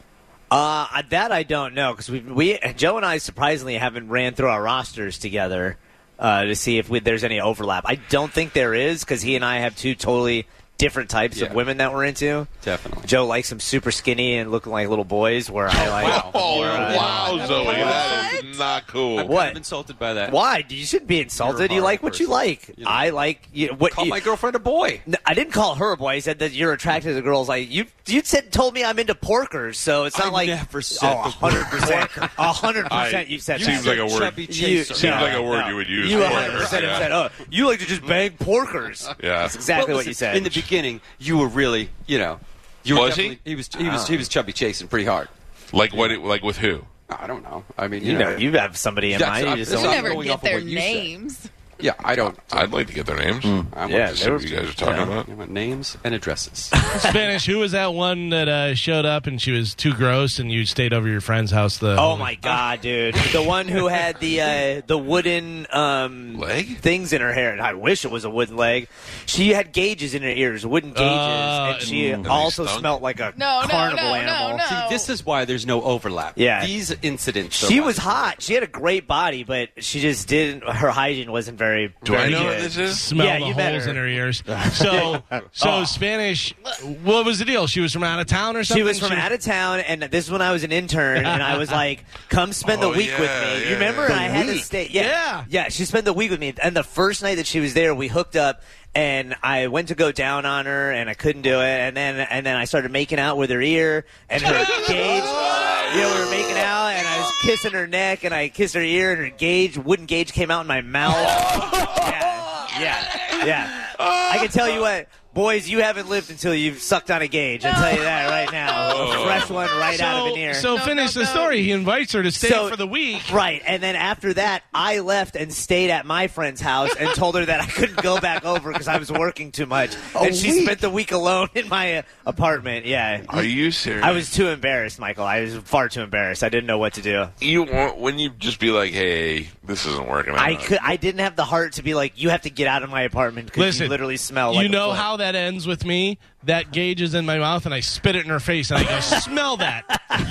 Uh, I- that I don't know because we, we Joe and I surprisingly haven't ran through our rosters together uh, to see if we, there's any overlap. I don't think there is because he and I have two totally different types
Yeah.
of women that we're into.
Definitely.
Joe likes them super skinny and looking like little boys, where I like.
Oh,
Right.
wow, Zoe, that is not cool.
I'm
What?
kind of insulted by that.
Why? You shouldn't be
You're
insulted.
a
You
horrible
like what you
person.
like.
You know.
I like you, what
Call
you,
my girlfriend a boy.
No, I didn't call her a boy. I said that you're attracted to girls. Like you, you said, told me I'm into porkers, so it's not
I
like
never said the word
hundred percent, hundred percent. You said
seems
that.
like a word.
Chubby
You-
chaser.
Seems like a word you would use
You
for
100
it,
percent
yeah.
said, "Oh, you like to just bang porkers."
Yeah.
that's exactly
Well,
what
listen,
you said.
In the beginning, you were really, you know, you were
Was he?
definitely- He was. He
Ah.
was. He was chubby chasing pretty hard.
Like what? It, like with who?
I don't know. I mean, you,
you know,
know,
you have somebody in
That's-
mind. You
I'm-
just
that's
You
don't-
I'm
never
going
get
off of
their
what you said.
names.
yeah, I don't.
I'd like to get their names.
Hmm.
I'm
Yeah,
to
they
see
were-
what you guys are talking about.
You want names and addresses.
Spanish, who was that one that uh, showed up and she was too gross and you stayed over your friend's house? The
Oh my god, dude! The one who had the uh, the wooden um,
Leg?
things in her hair, and I wish it was a wooden leg. She had gauges in her ears, wooden gauges,
Uh,
and she
they
also
stunk?
smelled like a
No, no,
carnival
no, no,
animal.
no.
See, this is why there's no overlap.
Yeah.
These incidents.
She
though,
was
I-
hot. She had a great body, but she just didn't. Her hygiene wasn't very.
Do I
very
know
good.
what this is?
Smell
Yeah,
the
you better. Oh.
holes in her ears. So, so Spanish. What was the deal? She was from out of town or something.
She was from out of town, and this is when I was an intern, and I was like, "Come spend the
Oh,
week with
yeah,
me."
yeah,
you remember?
yeah.
And I had to stay. Yeah,
Yeah.
She spent the week with me, and the first night that she was there, we hooked up, and I went to go down on her, and I couldn't do it, and then and then I started making out with her ear and her gauge. You know, we were making out, and I was kissing her neck, and I kissed her ear, and her gauge, wooden gauge, came out in my mouth. yeah, yeah, yeah. I can tell you what. Boys, you haven't lived until you've sucked on a gauge. I'll tell you that right now.
Oh.
A fresh one right out of an
So,
ear.
Oh, so
No,
finish
no,
the
no.
story. He invites her to stay
So-
for the week.
Right, and then after that, I left and stayed at my friend's house and told her that I couldn't go back over because I was working too much. and she spent the week alone in my uh, apartment. Yeah.
Are you serious?
I was too embarrassed, Michael. I was far too embarrassed. I didn't know what to do.
You want when you just be like, "Hey, this isn't working."
I
Uh-huh.
out."
could. I didn't have the heart to be like, "You have to get out of my apartment because
Listen,
you literally smell." like a
You know
foot."
how that ends with me, that gauge is in my mouth, and I spit it in her face, and I go, "Smell that!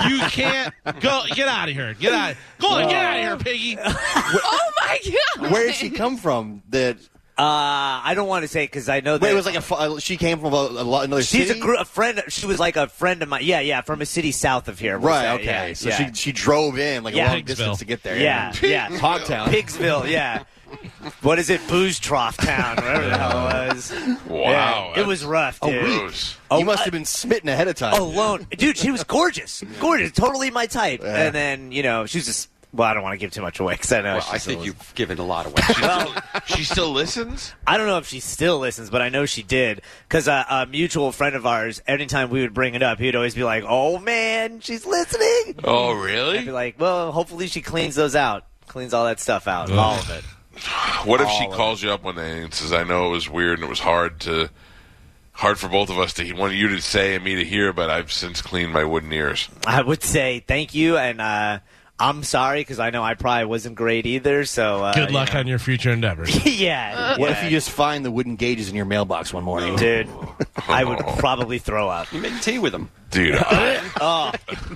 You can't go. Get out of here. Get out. Go on, get out of here, piggy."
Oh my god!
Where did she come from? That
Uh, I don't want to say because I know that
wait, it was like a fu- uh, she came from a, a, lo- another
she's
city.
a, gr- a friend. She was like a friend of mine. Yeah, yeah, from a city south of here. we'll
right?
say.
okay,
Yeah,
so
yeah.
she she drove in like
Yeah.
a long
Pigsville.
distance to get there.
Yeah, yeah.
Hogtown.
Pigsville. Yeah. What is it? Booze Trough Town, whatever the hell it was.
Wow,
Yeah, it was rough, dude.
Gross.
Oh,
you
uh,
must have been smitten ahead of time.
alone. Dude, she was gorgeous. Gorgeous. Totally my type. And then, you know, she's just. Well, I don't want to give too much away because I know.
Well,
she's
I think
still-
you've given a lot away.
Well,
She still listens.
I don't know if she still listens, but I know she did because uh, a mutual friend of ours, anytime we would bring it up, he'd always be like, "Oh man, she's listening."
Oh,
I'd be
really?
like, "Well, hopefully she cleans those out, cleans all that stuff out, all of it."
What if she calls you up one day and says, "I know it was weird and it was hard to." Hard for both of us to want you to say and me to hear, but I've since cleaned my wooden ears.
I would say thank you, and uh, I'm sorry because I know I probably wasn't great either. So uh,
Good luck
You
on your future endeavors.
know. yeah.
What
yeah. Oh.
if you just find the wooden gauges in your mailbox one morning?
dude? I would probably throw up.
you make tea with them.
Dude, I,
Oh,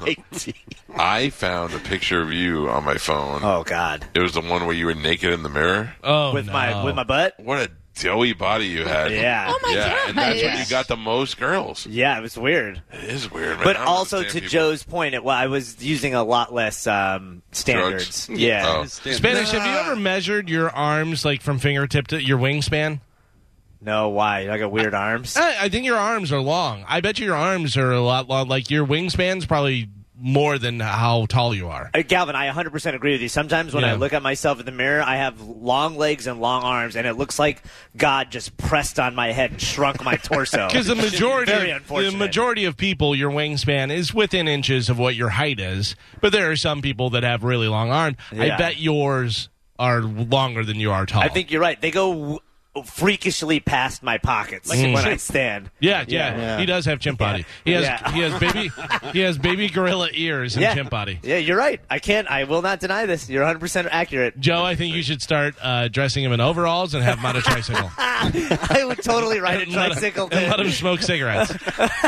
Make tea.
I found a picture of you on my phone.
Oh God.
It was the one where you were naked in the mirror.
Oh,
with my
no.
with my butt.
What a doughy body you had.
Yeah.
Oh my
yeah,
god!
and that's when you got the most girls.
Yeah, it was weird.
It is weird, man.
But
I don't
also to
understand people.
Joe's point, it, well, I was using a lot less um, standards.
Drugs?
Yeah.
Oh.
Spanish. Have you ever measured your arms like from fingertip to your wingspan?
No, why? I got weird arms.
I, I think your arms are long. I bet you your arms are a lot long. Like your wingspan's probably more than how tall you are.
Uh, Galvin, I 100% agree with you. Sometimes when
Yeah.
I look at myself in the mirror, I have long legs and long arms, and it looks like God just pressed on my head and shrunk my torso.
Because the majority,
Very
the
unfortunate.
majority of people, your wingspan is within inches of what your height is. But there are some people that have really long arms. I
Yeah.
bet yours are longer than you are tall.
I think you're right. They go w- freakishly past my pockets when I stand.
Yeah, yeah, He does have chimp body. He has
Yeah.
he has baby he has baby gorilla ears and chimp body.
Yeah, you're right. I can't. I will not deny this. You're 100% accurate.
Joe, I think you should start uh, dressing him in overalls and have him on a tricycle.
I would totally ride a
And let him-
tricycle.
and
dude.
let him smoke cigarettes.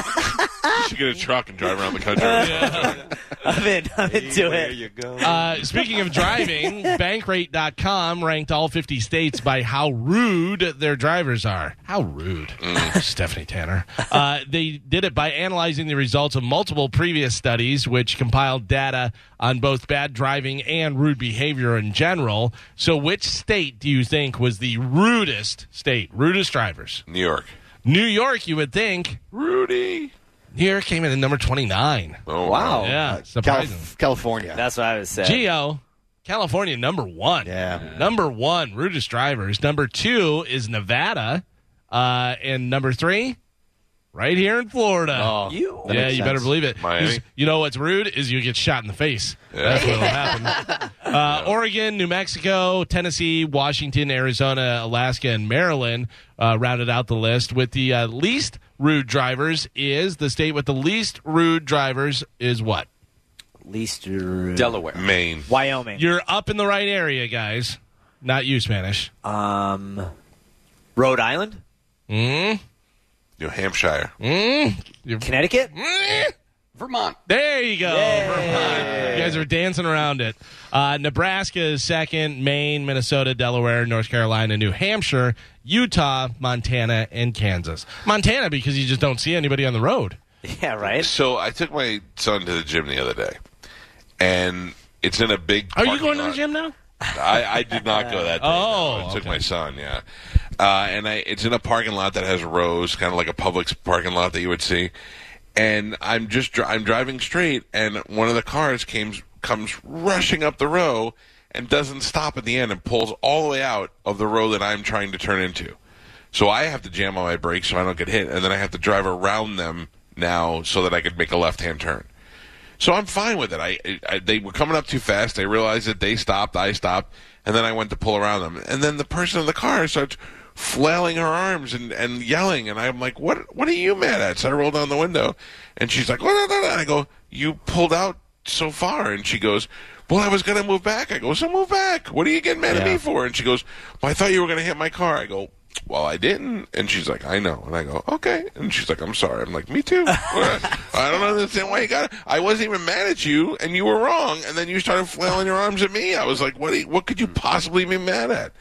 You should get a truck and drive around the country.
I'm in. I'm into
There
it.
you go.
Uh, speaking of driving, bankrate.com ranked all 50 states by how rude their drivers are. How rude. Stephanie Tanner. Uh, they did it by analyzing the results of multiple previous studies, which compiled data on both bad driving and rude behavior in general. So, which state do you think was the rudest state? Rudest drivers?
New York.
New York, you would think.
Rudy.
New York came in at number 29.
Oh,
Wow.
Yeah,
Calif-
surprising.
California.
That's what I was saying.
Geo, California, number one.
Yeah.
Number one, rudest drivers. Number two is Nevada. Uh, and number three, right here in Florida.
Oh,
You-
that
yeah,
makes
you better
sense.
believe it.
Miami.
'Cause You know what's rude is you get shot in the face. That's what'll happen. Uh, Oregon, New Mexico, Tennessee, Washington, Arizona, Alaska, and Maryland uh, rounded out the list. With the uh, least rude drivers is the state with the least rude drivers is what?
Least rude.
Delaware.
Maine.
Wyoming.
You're up in the right area, guys. Not you, Spanish.
um, Rhode Island,
New Hampshire.
Connecticut.
Hmm?
Vermont.
There you go. Vermont. You guys are dancing around it. Uh, Nebraska is second, Maine, Minnesota, Delaware, North Carolina, New Hampshire, Utah, Montana, and Kansas. Montana because you just don't see anybody on the road.
Yeah, right.
So I took my son to the gym the other day, and it's in a big.
Are you
parking
going to the
lot.
gym now?
I, I did not go that day.
Oh,
no. I took
okay.
my son. Yeah, uh, and I it's in a parking lot that has rows, kind of like a Publix parking lot that you would see. And I'm just dri- I'm driving straight, and one of the cars came comes rushing up the row and doesn't stop at the end and pulls all the way out of the row that I'm trying to turn into. So I have to jam on my brakes so I don't get hit, and then I have to drive around them now so that I could make a left hand turn. So I'm fine with it. I, I they were coming up too fast. I realized that they stopped. I stopped, and then I went to pull around them. And then the person in the car starts flailing her arms and, and yelling. And I'm like, "What? What are you mad at?" So I roll down the window, and she's like, "Oh, "What?" what, what?" And I go, "You pulled out so far." And she goes, "Well, I was gonna move back." I go, "So move back. What are you getting mad at me for?" And she goes, "Well, I thought you were gonna hit my car." I go, well, I didn't. And she's like, I know. And I go, okay. And she's like, I'm sorry. I'm like, me too. I don't understand why you got. I wasn't even mad at you, and you were wrong. And then you started flailing your arms at me. I was like, what? do you- What could you possibly be mad at?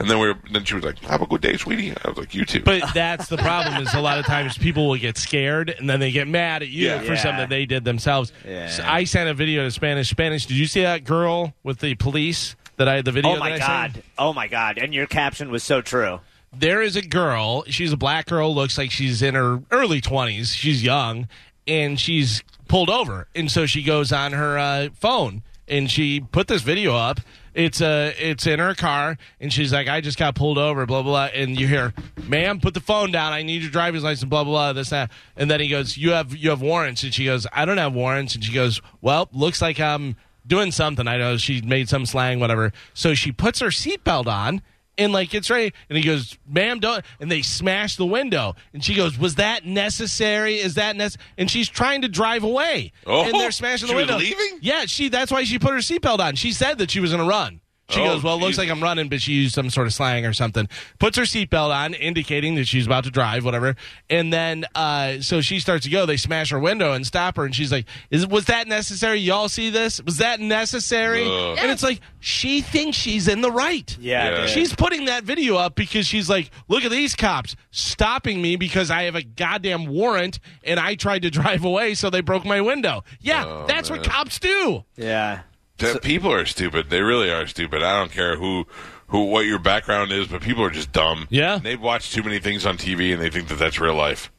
And then we were. Then she was like, Have a good day, sweetie. I was like, You too.
But that's the problem is a lot of times people will get scared and then they get mad at you
Yeah.
for
Yeah.
something they did themselves.
Yeah.
So I sent a video to Spanish. Spanish, did you see that girl with the police that I had the video?
Oh my
that I sent?
god! Oh my god! And your caption was so true.
There is a girl. She's a black girl. Looks like she's in her early twenties. She's young, and she's pulled over. And so she goes on her uh, phone and she put this video up. It's uh, it's in her car, and she's like, "I just got pulled over." Blah blah. blah. And you hear, "Ma'am, put the phone down. I need your driver's license." Blah blah blah. This that. And then he goes, "You have you have warrants?" And she goes, "I don't have warrants." And she goes, "Well, looks like I'm doing something. I know she made some slang, whatever." So she puts her seatbelt on and like it's ready and he goes ma'am don't and they smash the window and she goes was that necessary is that necessary and she's trying to drive away
Oh,
and they're smashing the
she was
window
leaving?
yeah she that's why she put her seatbelt on she said that she was going to run she
Oh,
goes well it looks
Jesus.
like i'm running but she used some sort of slang or something puts her seatbelt on indicating that she's about to drive whatever and then uh, so she starts to go they smash her window and stop her and she's like is, was that necessary y'all see this was that necessary
Ugh.
and it's like she thinks she's in the right
Yeah.
dude.
She's putting that video up because she's like, look at these cops stopping me because I have a goddamn warrant and I tried to drive away, so they broke my window. Yeah,
Oh,
that's what cops do.
yeah.
That people are stupid. They really are stupid. I don't care who, who, what your background is, but people are just dumb.
Yeah.
And they've watched too many things on TV and they think that that's real life.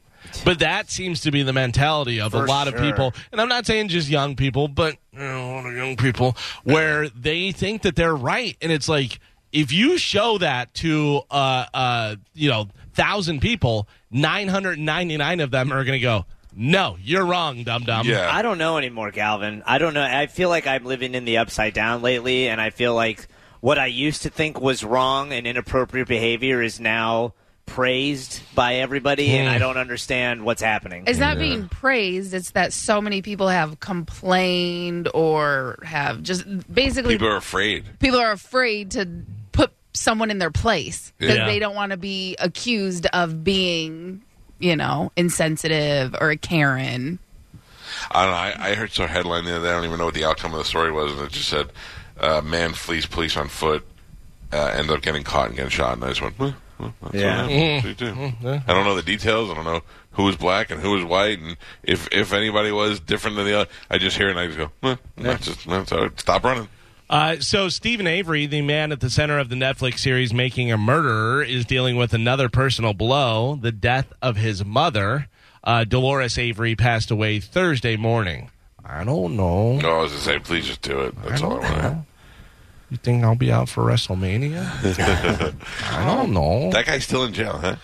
But that seems to be the mentality of a lot of people. And I'm not saying just young people, but you know, a lot of young people where they think that they're right. And it's like, if you show that to, uh, uh, you know, thousand people, 999 of them are going to go, no, you're wrong, dum dum.
Yeah.
Um, I don't know anymore, Galvin. I don't know. I feel like I'm living in the upside down lately, and I feel like what I used to think was wrong and inappropriate behavior is now praised by everybody, and I
Hmm.
don't understand what's happening.
It's not being praised. It's that so many people have complained or have just basically
people are afraid.
people are afraid to put someone in their place because
Yeah.
they don't want to be accused of being, you know, insensitive or a Karen.
I don't know. I, I heard some headline the other day. I don't even know what the outcome of the story was, and it just said, uh, "Man flees police on foot, uh, ends up getting caught and getting shot." And I just went, well, well, that's
Yeah.
what happens. That's what you do. I don't know the details. I don't know who was black and who was white, and if if anybody was different than the other. I just hear it and I just go, well, that's just, that's how it- stop running.
Uh, so Stephen Avery, the man at the center of the Netflix series "Making a Murderer," is dealing with another personal blow: the death of his mother. Uh, Dolores Avery passed away Thursday morning. I don't know.
No, Oh, I was just saying, please just do it. That's all I want. to hear.
You think I'll be out for WrestleMania? I don't know.
That guy's still in jail, huh?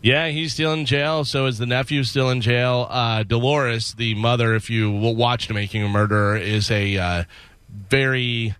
Yeah, he's still in jail. So is the nephew still in jail? Uh, Dolores, the mother, if you will watch Making a Murderer, is a uh, very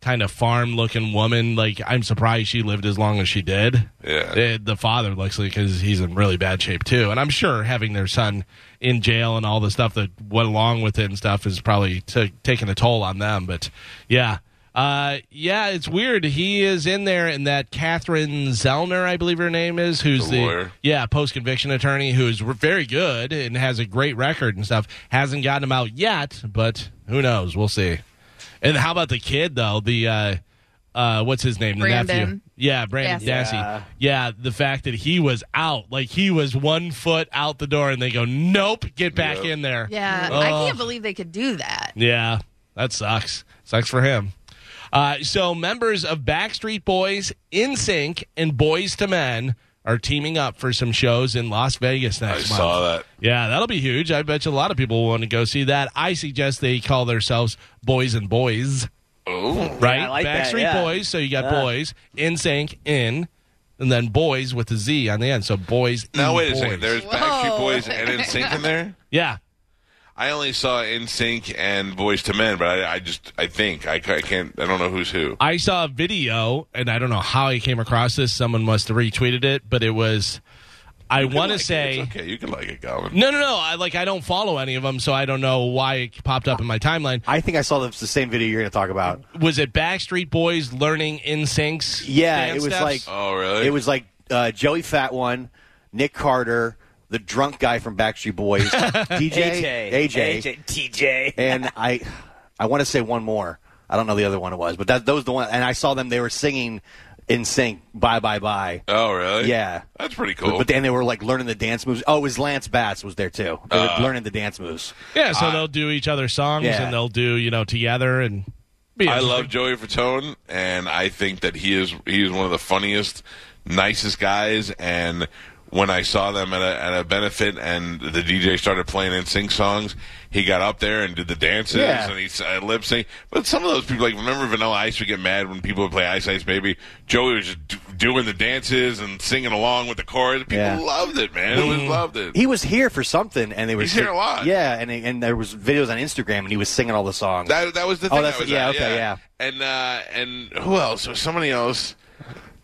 kind of farm looking woman. Like, I'm surprised she lived as long as she did.
Yeah.
Eh, the father looks like because he's in really bad shape, too. And I'm sure having their son in jail and all the stuff that went along with it and stuff is probably t- taking a toll on them. But yeah. Uh, yeah, it's weird. He is in there, and that Catherine Zellner, I believe her name is, who's
The
the
lawyer.
yeah post conviction attorney who's re- very good and has a great record and stuff. Hasn't gotten him out yet, but who knows? We'll see. And how about the kid though? The uh, uh, what's his name? The nephew.
Brandon.
Yeah, Brandon
Dassey.
Dassey. Yeah. the fact that he was out, like he was one foot out the door, and they go, "Nope, get back
Yep.
in there."
Yeah,
Oh.
I can't believe they could do that.
Yeah, that sucks. Sucks for him. Uh, so members of Backstreet Boys, InSync, and Boys to Men are teaming up for some shows in Las Vegas
I
next month.
saw that.
Yeah, that'll be huge. I bet you a lot of people will want to go see that. I suggest they call themselves Boys and Boys,
Oh,
right?
I like that,
Backstreet
yeah.
Boys. So you got Boys, InSync, in, and then Boys with the Z on the end. So Boys.
now
and
wait a
boys.
second. There's
Whoa.
Backstreet Boys and NSYNC in there.
yeah.
I only saw In Sync and Boys to Men, but I, I just I think I, ca- I can't I don't know who's who.
I saw a video, and I don't know how I came across this. Someone must have retweeted it, but it was. I
You can
want to
like it.
say
It's okay, you can like it, Galvin.
no, no, no. I like I don't follow any of them, so I don't know why it popped up in my timeline.
I think I saw the, the same video you're going to talk about.
Was it Backstreet Boys learning in syncs?
Yeah, it was like
Oh, really?
it was like uh, Joey Fat One, Nick Carter, the drunk guy from Backstreet Boys, DJ, AJ,
TJ.
and I. I want to say one more. I don't know the other one it was, but that those the one. And I saw them; they were singing in sync. Bye bye bye.
Oh, really?
Yeah.
That's pretty Oh, cool.
But then they were like learning the dance moves. Oh, it was Lance Bass was there too. They were learning the dance moves.
Yeah, so they'll do each other's songs
Yeah.
and they'll do you know together and. Be
I
interesting.
love Joey Fatone, and I think that he is he is one of the funniest, nicest guys. And when I saw them at a, at a benefit, and the DJ started playing and sing songs, he got up there and did the dances
Yeah.
and he s- uh, lip sync. But some of those people, like remember Vanilla Ice, would get mad when people would play Ice Ice Baby. Joey was just d- doing the dances and singing along with the chorus. People
Yeah.
loved it, man. It was loved it.
He was here for something, and they were
He's here a lot.
Yeah, and and there was videos on Instagram, and he was singing all the songs.
That that was the
Oh,
thing.
that's-
I was
yeah,
at,
okay, yeah.
And uh, and who else? There was somebody else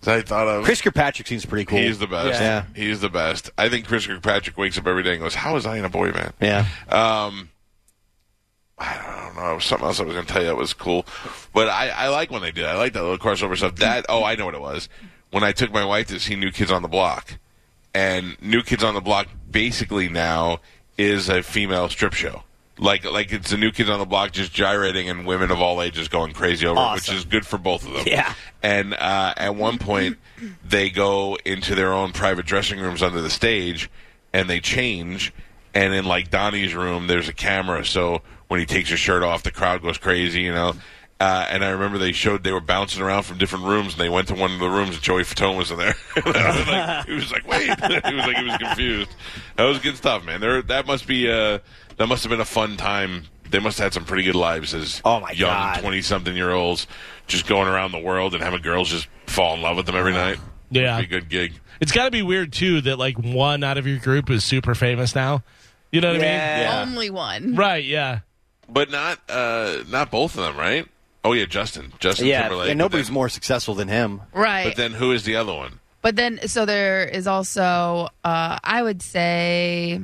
that I thought of.
Chris Kirkpatrick seems pretty cool.
He's the best.
Yeah.
He's the best. I think Chris Kirkpatrick wakes up every day and goes, "How was I in a boy band?"
Yeah.
Um, I don't know. Something else I was going to tell you that was cool, but I, I like when they do. that. I like that little crossover stuff. That oh, I know what it was. When I took my wife to see New Kids on the Block, and New Kids on the Block basically now is a female strip show. Like like it's the New Kids on the Block just gyrating and women of all ages going crazy over it, which
Awesome.
is good for both of them.
Yeah.
And uh, at one point, they go into their own private dressing rooms under the stage, and they change. And in like Donnie's room, there's a camera, so when he takes his shirt off, the crowd goes crazy, you know. Uh, and I remember they showed they were bouncing around from different rooms, and they went to one of the rooms, and Joey Fatone was in there. Like, he was like, "Wait," he was like, he was confused. That was good stuff, man. There, that must be uh, that must have been a fun time. They must have had some pretty good lives as
Oh, my
young
God.
20 something year olds just going around the world and having girls just fall in love with them every night.
Yeah.
Be a good gig.
It's got to be weird too that like one out of your group is super famous now. You know what I mean?
Yeah.
Only one.
Right? Yeah.
But not uh not both of them, right? Oh yeah, Justin. Justin
Yeah,
Timberlake.
and nobody's
but
more successful than him.
then,
Right.
but then who is the other one?
But then, so there is also, uh, I would say,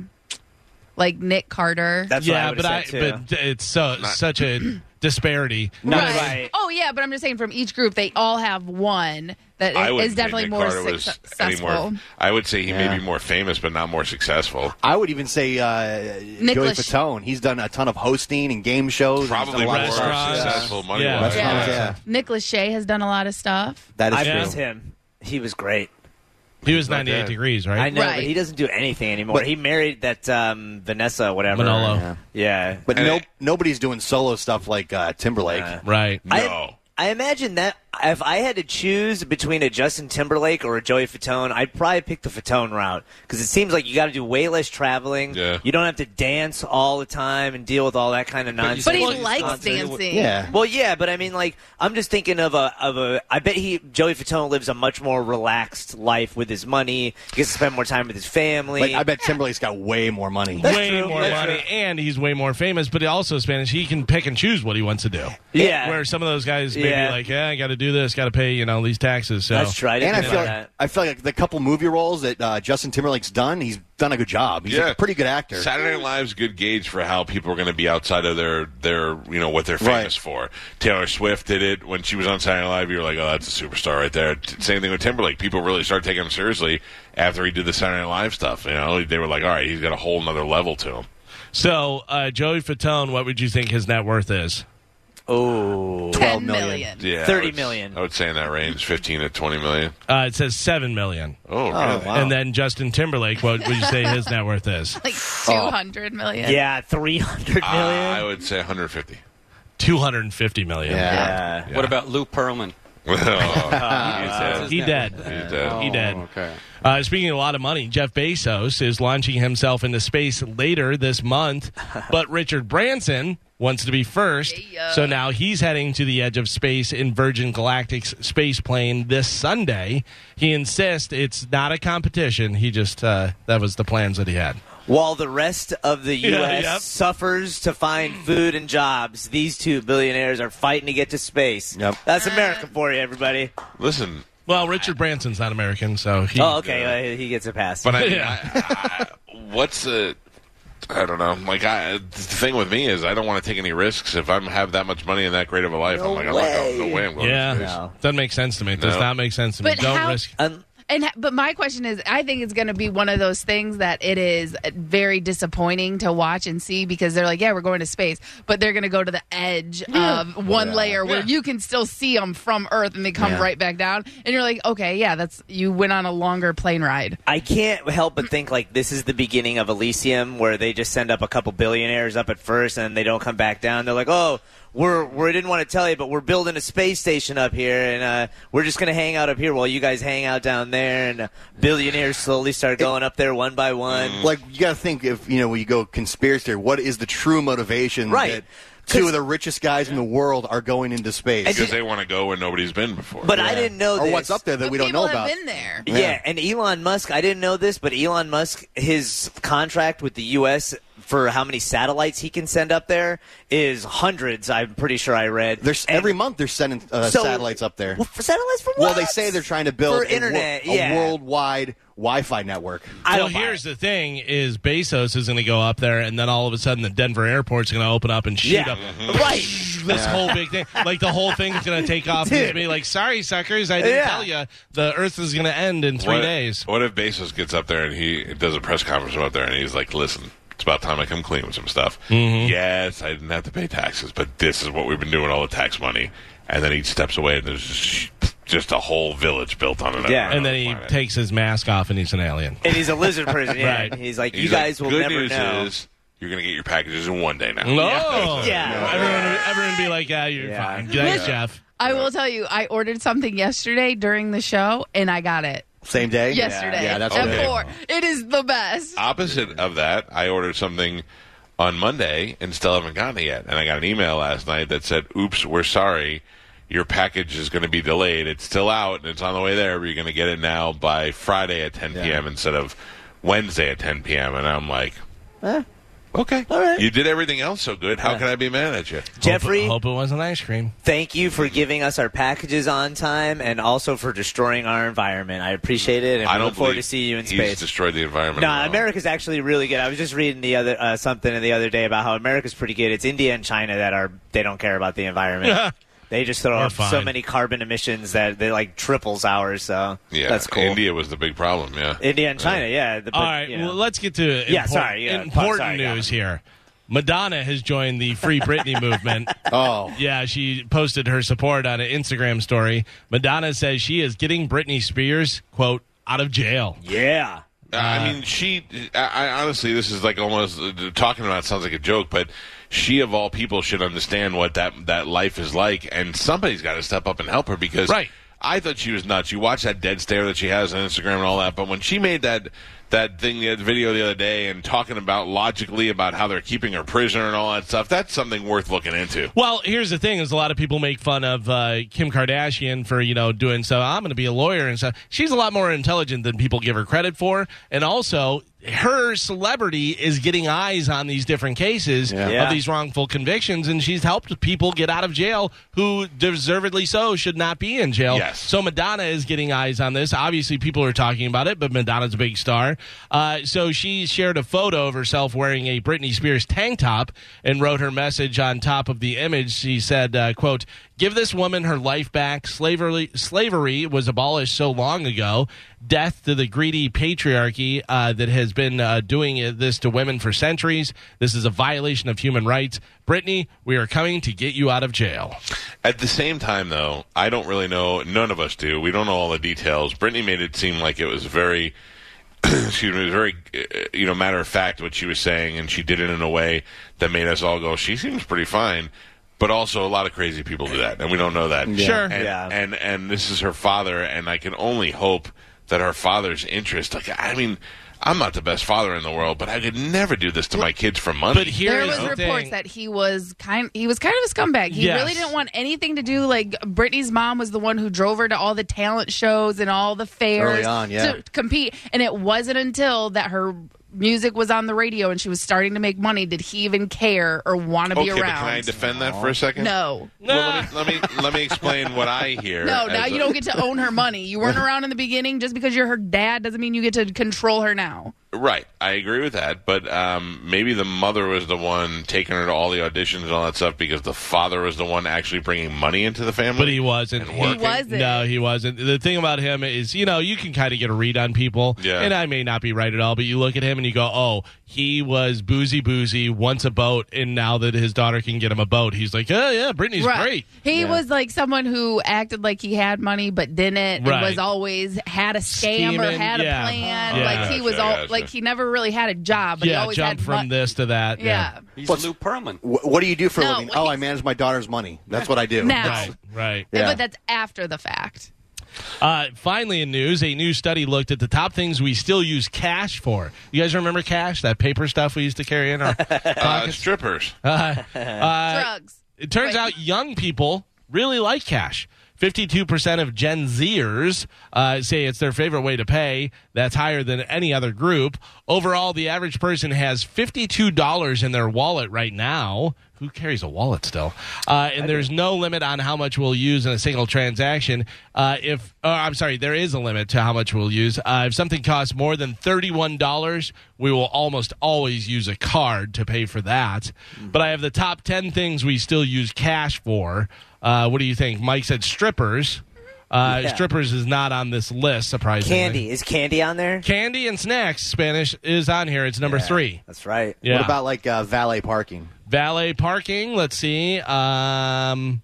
like Nick Carter.
That's
yeah,
what
but
I
I
would say too.
but it's so such a disparity.
right.
right.
Oh yeah, but I'm just saying from each group they all have one that is
I would
definitely
Nick
more
Carter was
suc-
any
successful.
more- I would say he
Yeah.
may be more famous, but not more successful.
I would even say uh, Joey
Nicholas-
Fatone. He's done a ton of hosting and game shows. He's done
Probably
a
more
lot of stuff.
restaurants.
successful money
Yeah.
wise.
Restaurants,
Yeah.
yeah.
Nick Lachey has done a lot of stuff.
That is
I
Yeah.
true.
missed him. He was great.
He was
Not
98
bad.
degrees, right?
I know,
Right.
but he doesn't do anything anymore.
But-
he married that um, Vanessa, whatever.
Manolo.
Yeah. Yeah.
But
And
no,
it-
nobody's doing solo stuff like uh, Timberlake.
Uh,
Right.
No.
I, I imagine that if I had to choose between a Justin Timberlake or a Joey Fatone, I'd probably pick the Fatone route because it seems like you got to do way less traveling.
Yeah.
You don't have to dance all the time and deal with all that kind of nonsense.
But he
Well, he's
likes
not-
dancing.
yeah.
Well, yeah, but I mean, like, I'm just thinking of a of a. I bet he Joey Fatone lives a much more relaxed life with his money. He gets to spend more time with his family.
Like I bet Timberlake's got way more money.
way
true.
more
That's
money,
true.
and he's way more famous. But also Spanish, he can pick and choose what he wants to do.
Yeah.
Where some of those guys may
Yeah.
be like, yeah, I got to do this, got to pay you know these taxes. So
That's true. I didn't
And I
think
feel,
about
like,
that.
I feel like the couple movie roles that uh, Justin Timberlake's done, he's done a good job. He's
Yeah.
a pretty good actor.
Saturday Night Live's a good gauge for how people are going to be outside of their their you know what they're famous for.
Right.
Taylor Swift did it when she was on Saturday Night Live. You were like, oh, that's a superstar right there. T- same thing with Timberlake. People really started taking him seriously after he did the Saturday Night Live stuff. You know, they were like, all right, he's got a whole nother level to him.
So uh, Joey Fatone, what would you think his net worth is?
Oh,
$12
Ten
million.
million.
Yeah, I
30
would s-
million.
I would say in that range, fifteen to twenty million.
Uh, it says seven million.
Oh,
Oh,
really?
wow.
And then Justin Timberlake, what would you say his net worth is?
Like
Oh.
two hundred million.
yeah, three hundred
Uh, I
million.
would say one hundred fifty.
Two hundred and fifty million.
yeah.
What about Lou Pearlman?
Oh,
He dead. He dead.
Oh,
Okay.
Uh, speaking of a lot of money, Jeff Bezos is launching himself into space later this month, but Richard Branson wants to be first.
Yeah.
So now he's heading to the edge of space in Virgin Galactic's space plane this Sunday. He insists it's not a competition. He just, uh, that was the plans that he had.
While the rest of the U.S.
Yeah, yep.
suffers to find food and jobs, these two billionaires are fighting to get to space.
Yep.
That's America for you, everybody.
Listen,
Well, Richard Branson's not American, so he.
Oh, okay. uh, he gets a pass.
But I mean, I, I, what's the? I don't know. Like, I, the thing with me is, I don't want to take any risks. If I am have that much money and that great of a life, I'm like, I'm not going. No way. I'm going to
Yeah.
space.
No.
Doesn't make sense to me. It does
No.
not make sense to me.
But
Don't
how-
risk.
Un-
And but my question is, I think it's going to be one of those things that it is very disappointing to watch and see because they're like, yeah, we're going to space, but they're going to go to the edge of one layer where
Yeah.
you can still see them from Earth, and they come
Yeah.
right back down, and you're like, okay, yeah, that's you went on a longer plane ride.
I can't help but think like this is the beginning of Elysium, where they just send up a couple billionaires up at first, and they don't come back down. They're like, "Oh, we're we didn't want to tell you, but we're building a space station up here, and uh, we're just gonna hang out up here while you guys hang out down there." And uh, billionaires slowly start going up there one by one.
like you got to think if you know when you go conspiracy theory, what is the true motivation
Right.
that two
'Cause-
of the richest guys in the world are going into space?
And
because they want to go where nobody's been before.
But I didn't know
or
this.
what's up there that
But
we don't
people
know
have
about?
been there.
Yeah. and Elon Musk, I didn't know this, but Elon Musk, his contract with the U.S. for how many satellites he can send up there is hundreds. I'm pretty sure I read.
There's
And
every month they're sending uh,
so-
satellites up there.
Well, for satellites from
Well,
what?
they say they're trying to build
For
a wor-
internet,
a,
yeah.
worldwide Wi-Fi network.
I
well,
don't buy
here's
it.
the thing: is Bezos is going to go up there, and then all of a sudden, the Denver airport's going to open up and shoot
Yeah.
up
right.
this whole big thing. Like the whole thing's going to take off and be like, "Sorry, suckers, I didn't
Yeah.
tell you the Earth is going to end in three
what,
days."
What if Bezos gets up there and he does a press conference from up there and he's like, "Listen, it's about time I come clean with some stuff."
Mm-hmm.
Yes, I didn't have to pay taxes, but this is what we've been doing all the tax money. And then he steps away and there's just, just a whole village built on it.
Yeah.
on
And then
the
he
planet.
takes his mask off, and he's an alien.
And he's a lizard person. Yeah.
Right.
He's like, you
He's like,
guys will
Good
never
news
know.
is you're going to get your packages in one day now.
No,
Yeah.
Everyone, everyone be like, "Yeah, you're
Yeah.
fine." Thanks, Jeff.
I will tell you, I ordered something yesterday during the show, and I got it
Same day.
yesterday
Yeah, that's
at
good.
Okay.
four. It is the best.
opposite of that, I ordered something on Monday and still haven't gotten it yet. And I got an email last night that said, "Oops, we're sorry. Your package is going to be delayed. It's still out and it's on the way there. But you're going to get it now by Friday at 10 p.m. instead of Wednesday at 10 p.m." And I'm like, "Okay, all
Eh. right.
You did everything else so good. How can I be mad at you?"
Jeffrey,
hope, hope it wasn't ice cream.
thank you for giving us our packages on time and also for destroying our environment. I appreciate it. And
I
we
don't
look forward to
believe
see you in
he's
space.
destroyed the environment.
No,
at all.
America's actually really good. I was just reading the other uh, something the other day about how America's pretty good. It's India and China that are they don't care about the environment. they just throw
We're
up so
fine.
many carbon emissions that they like triples ours. So
Yeah,
that's cool.
India was the big problem. Yeah,
India and China, yeah. the- but,
All right,
you know.
well, let's get to important,
Yeah, sorry, yeah,
important
sorry, yeah.
news here. Madonna has joined the Free Britney movement.
Oh,
Yeah, she posted her support on an Instagram story. Madonna says she is getting Britney Spears, quote, out of jail.
yeah.
Uh, I mean, she. I, I honestly, this is like almost uh, talking about. It sounds like a joke, but she of all people should understand what that that life is like, and somebody's got to step up and help her because.
Right.
I thought she was nuts. You watch that dead stare that she has on Instagram and all that, but when she made that that thing the video the other day and talking about logically about how they're keeping her prisoner and all that stuff, that's something worth looking into.
Well, here's the thing: is a lot of people make fun of uh, Kim Kardashian for you know doing so. I'm going to be a lawyer and stuff. She's a lot more intelligent than people give her credit for, and also her celebrity is getting eyes on these different cases
Yeah.
of these wrongful convictions, and she's helped people get out of jail who deservedly so should not be in jail.
Yes.
So Madonna is getting eyes on this. Obviously, people are talking about it, but Madonna's a big star. Uh, so she shared a photo of herself wearing a Britney Spears tank top and wrote her message on top of the image. She said, uh, "Quote: Give this woman her life back. Slavery, slavery was abolished so long ago. Death to the greedy patriarchy uh, that has been uh, doing uh, this to women for centuries. This is a violation of human rights. Britney, we are coming to get you out of jail."
At the same time, though, I don't really know. None of us do. We don't know all the details. Brittany made it seem like it was very, excuse me, it was very, uh, you know, matter of fact what she was saying, and she did it in a way that made us all go, "She seems pretty fine." But also, a lot of crazy people do that, and we don't know that.
Sure.
And,
Yeah.
and and this is her father, and I can only hope that her father's interest. Like, I mean, I'm not the best father in the world, but I could never do this to my kids for money.
But here
There
is
was
the
reports
thing.
that he was kind. He was kind of a scumbag. He
Yes.
really didn't want anything to do. Like Britney's mom was the one who drove her to all the talent shows and all the fairs
Early on, yeah.
to compete. And it wasn't until that her music was on the radio and she was starting to make money did he even care or want to
okay,
be
but can I
around.
defend that for a second?
no.
Well, let, me, let me let me explain what I hear.
No,
as
now
a-
you don't get to own her money. You weren't around in the beginning. Just because you're her dad doesn't mean you get to control her now.
Right, I agree with that. But um, maybe the mother was the one taking her to all the auditions and all that stuff because the father was the one actually bringing money into the family.
But he wasn't.
And working. He
wasn't.
No, he wasn't. The thing about him is, you know, you can kind of get a read on people.
Yeah.
And I may not be right at all, but you look at him and you go, oh, he was boozy boozy, wants a boat, and now that his daughter can get him a boat, he's like, oh, yeah, Brittany's
right.
great.
He was like someone who acted like he had money but didn't.
Right.
And was always had a scam or
Scheming,
had a
yeah.
plan.
Yeah.
Like he was
Gotcha,
all
gotcha.
like he never really had a job. But he
yeah,
always
jump
had
from
mon-
this to that.
Yeah.
He's Lou Pearlman.
Wh- what do you do for
No,
a living?
wait.
Oh, I manage my daughter's money. That's what I do.
Now.
Right, right.
Yeah.
But that's after the fact.
Uh, finally, in news, a new study looked at the top things we still use cash for. You guys remember cash, that paper stuff we used to carry in our
uh,
pockets?
strippers.
Uh,
Drugs.
It turns
Wait.
out young people really like cash. 52% of Gen Zers uh, say it's their favorite way to pay. That's higher than any other group. Overall, the average person has $52 in their wallet right now. Who carries a wallet still? Uh, and there's no limit on how much we'll use in a single transaction. Uh, if, oh, I'm sorry, there is a limit to how much we'll use. Uh, if something costs more than $31, we will almost always use a card to pay for that.
Mm.
But I have the top 10 things we still use cash for. Uh, what do you think? Mike said strippers. Uh,
Yeah.
Strippers is not on this list, surprisingly.
Candy is candy on there?
Candy and snacks, Spanish, is on here. It's number
Yeah,
three.
That's right.
Yeah.
What about like uh, valet parking?
valet parking? Let's see. Um,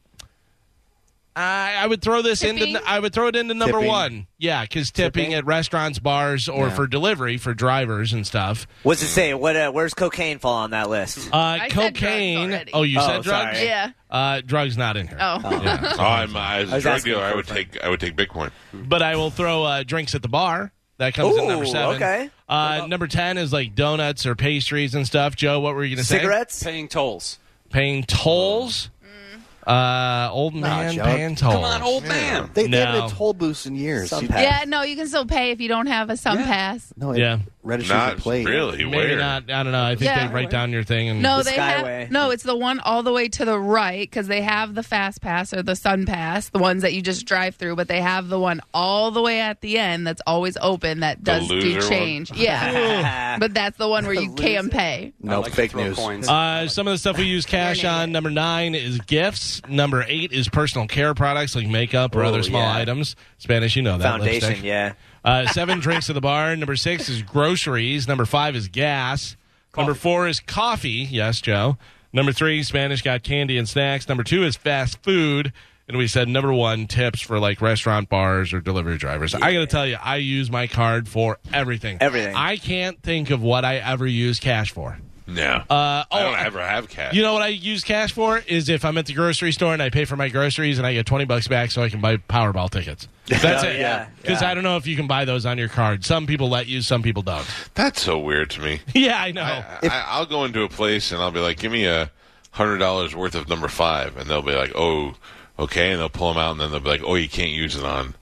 I, I would throw this
Tipping?
into I would throw it into number
Tipping.
one. Yeah, because tipping,
Tipping?
at restaurants, bars, or
Yeah.
for delivery for drivers and stuff.
What's it say? What? Uh, where's cocaine fall on that list?
Uh,
said drugs
cocaine.
already.
oh, you
Oh,
said drugs.
sorry.
Yeah.
Uh, drugs not in here.
Oh.
Oh, I'm, I, as a
was
drug
asking
dealer, I
for
would
a
take I would take Bitcoin.
But I will throw uh, drinks at the bar. That comes in number
Ooh,
seven.
okay.
Uh, number ten is like donuts or pastries and stuff. Joe, what were you going to say?
Cigarettes?
Paying tolls.
Paying tolls.
Mm.
Uh, old man
Joe.
paying tolls.
Come on, old man.
They, they haven't
No.
had toll booths in years.
Some
You-
pass.
Yeah, no, you can still pay if you don't have a sun pass.
no,
Yeah.
it registers a
Not
plate.
really.
Maybe
Where?
not. I don't know. I think
Yeah.
they write down your thing and
No,
The
they
Skyway.
have no. It's the one all the way to the right because they have the fast pass or the sun pass, the ones that you just drive through. But they have the one all the way at the end that's always open that does
loser
do
one?
change. Yeah, but that's the one where you can pay.
I
No
like to
fake
throw
news.
Coins.
Uh, some of the stuff we use cash
Learning
on. Number nine is gifts. Number eight is personal care products like makeup or
Oh,
other small
yeah.
items. Spanish, you know that.
Foundation,
lipstick.
yeah.
Uh, seven drinks at the bar. Number six is groceries. Number five is gas. Number four is coffee. Yes, Joe. Number three, Spanish got candy and snacks. Number two is fast food. And we said number one tips for like restaurant bars or delivery drivers. I got to tell you, I use my card for everything.
Everything.
I can't think of what I ever use cash for.
No.
Uh,
I don't
oh,
ever have cash.
You know what I use cash for is if I'm at the grocery store and I pay for my groceries and I get twenty bucks back so I can buy Powerball tickets. That's
Oh,
it.
yeah,
Because
yeah.
I don't know if you can buy those on your card. Some people let you, some people don't.
That's so weird to me.
yeah, I know.
I, I'll go into a place and I'll be like, "Give me a hundred dollars worth of number five. and they'll be like, "Oh, okay," and they'll pull them out, and then they'll be like, "Oh, you can't use it on."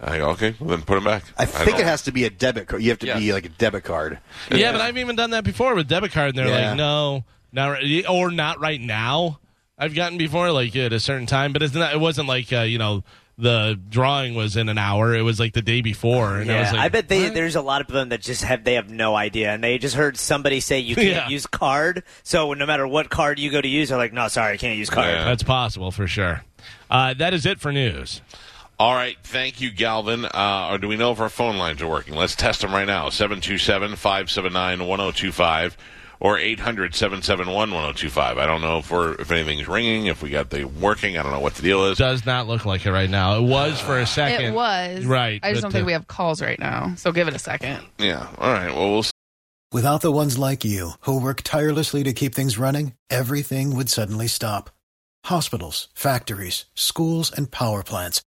I go, "Okay, well, then put them back."
I think
don't-
it has to be a debit card. You have to be
Yes.
like a debit card.
yeah, but I've even done that before with debit card, and they're
Yeah.
like, no, not right, or not right now. I've gotten before like at a certain time, but it's not, it wasn't like uh, you know the drawing was in an hour. It was like the day before, and I
Yeah,
was like,
I bet they,
"What?"
there's a lot of them that just have they have no idea, and they just heard somebody say you can't
Yeah.
use card. So no matter what card you go to use, they're like, no, sorry, I can't use card.
Yeah.
That's possible for sure. Uh, that is it for news.
All right, thank you, Galvin. Uh, or do we know if our phone lines are working? Let's test them right now 727 579 1025 or 800 771 1025. I don't know if, we're, if anything's ringing, if we got the working. I don't know what the deal is.
does not look like it right now. It was for a second.
It was
Right,
I just
but,
don't think
uh,
we have calls right now, so give it a second.
Yeah, all right, well, we'll
Without the ones like you, who work tirelessly to keep things running, everything would suddenly stop. Hospitals, factories, schools, and power plants,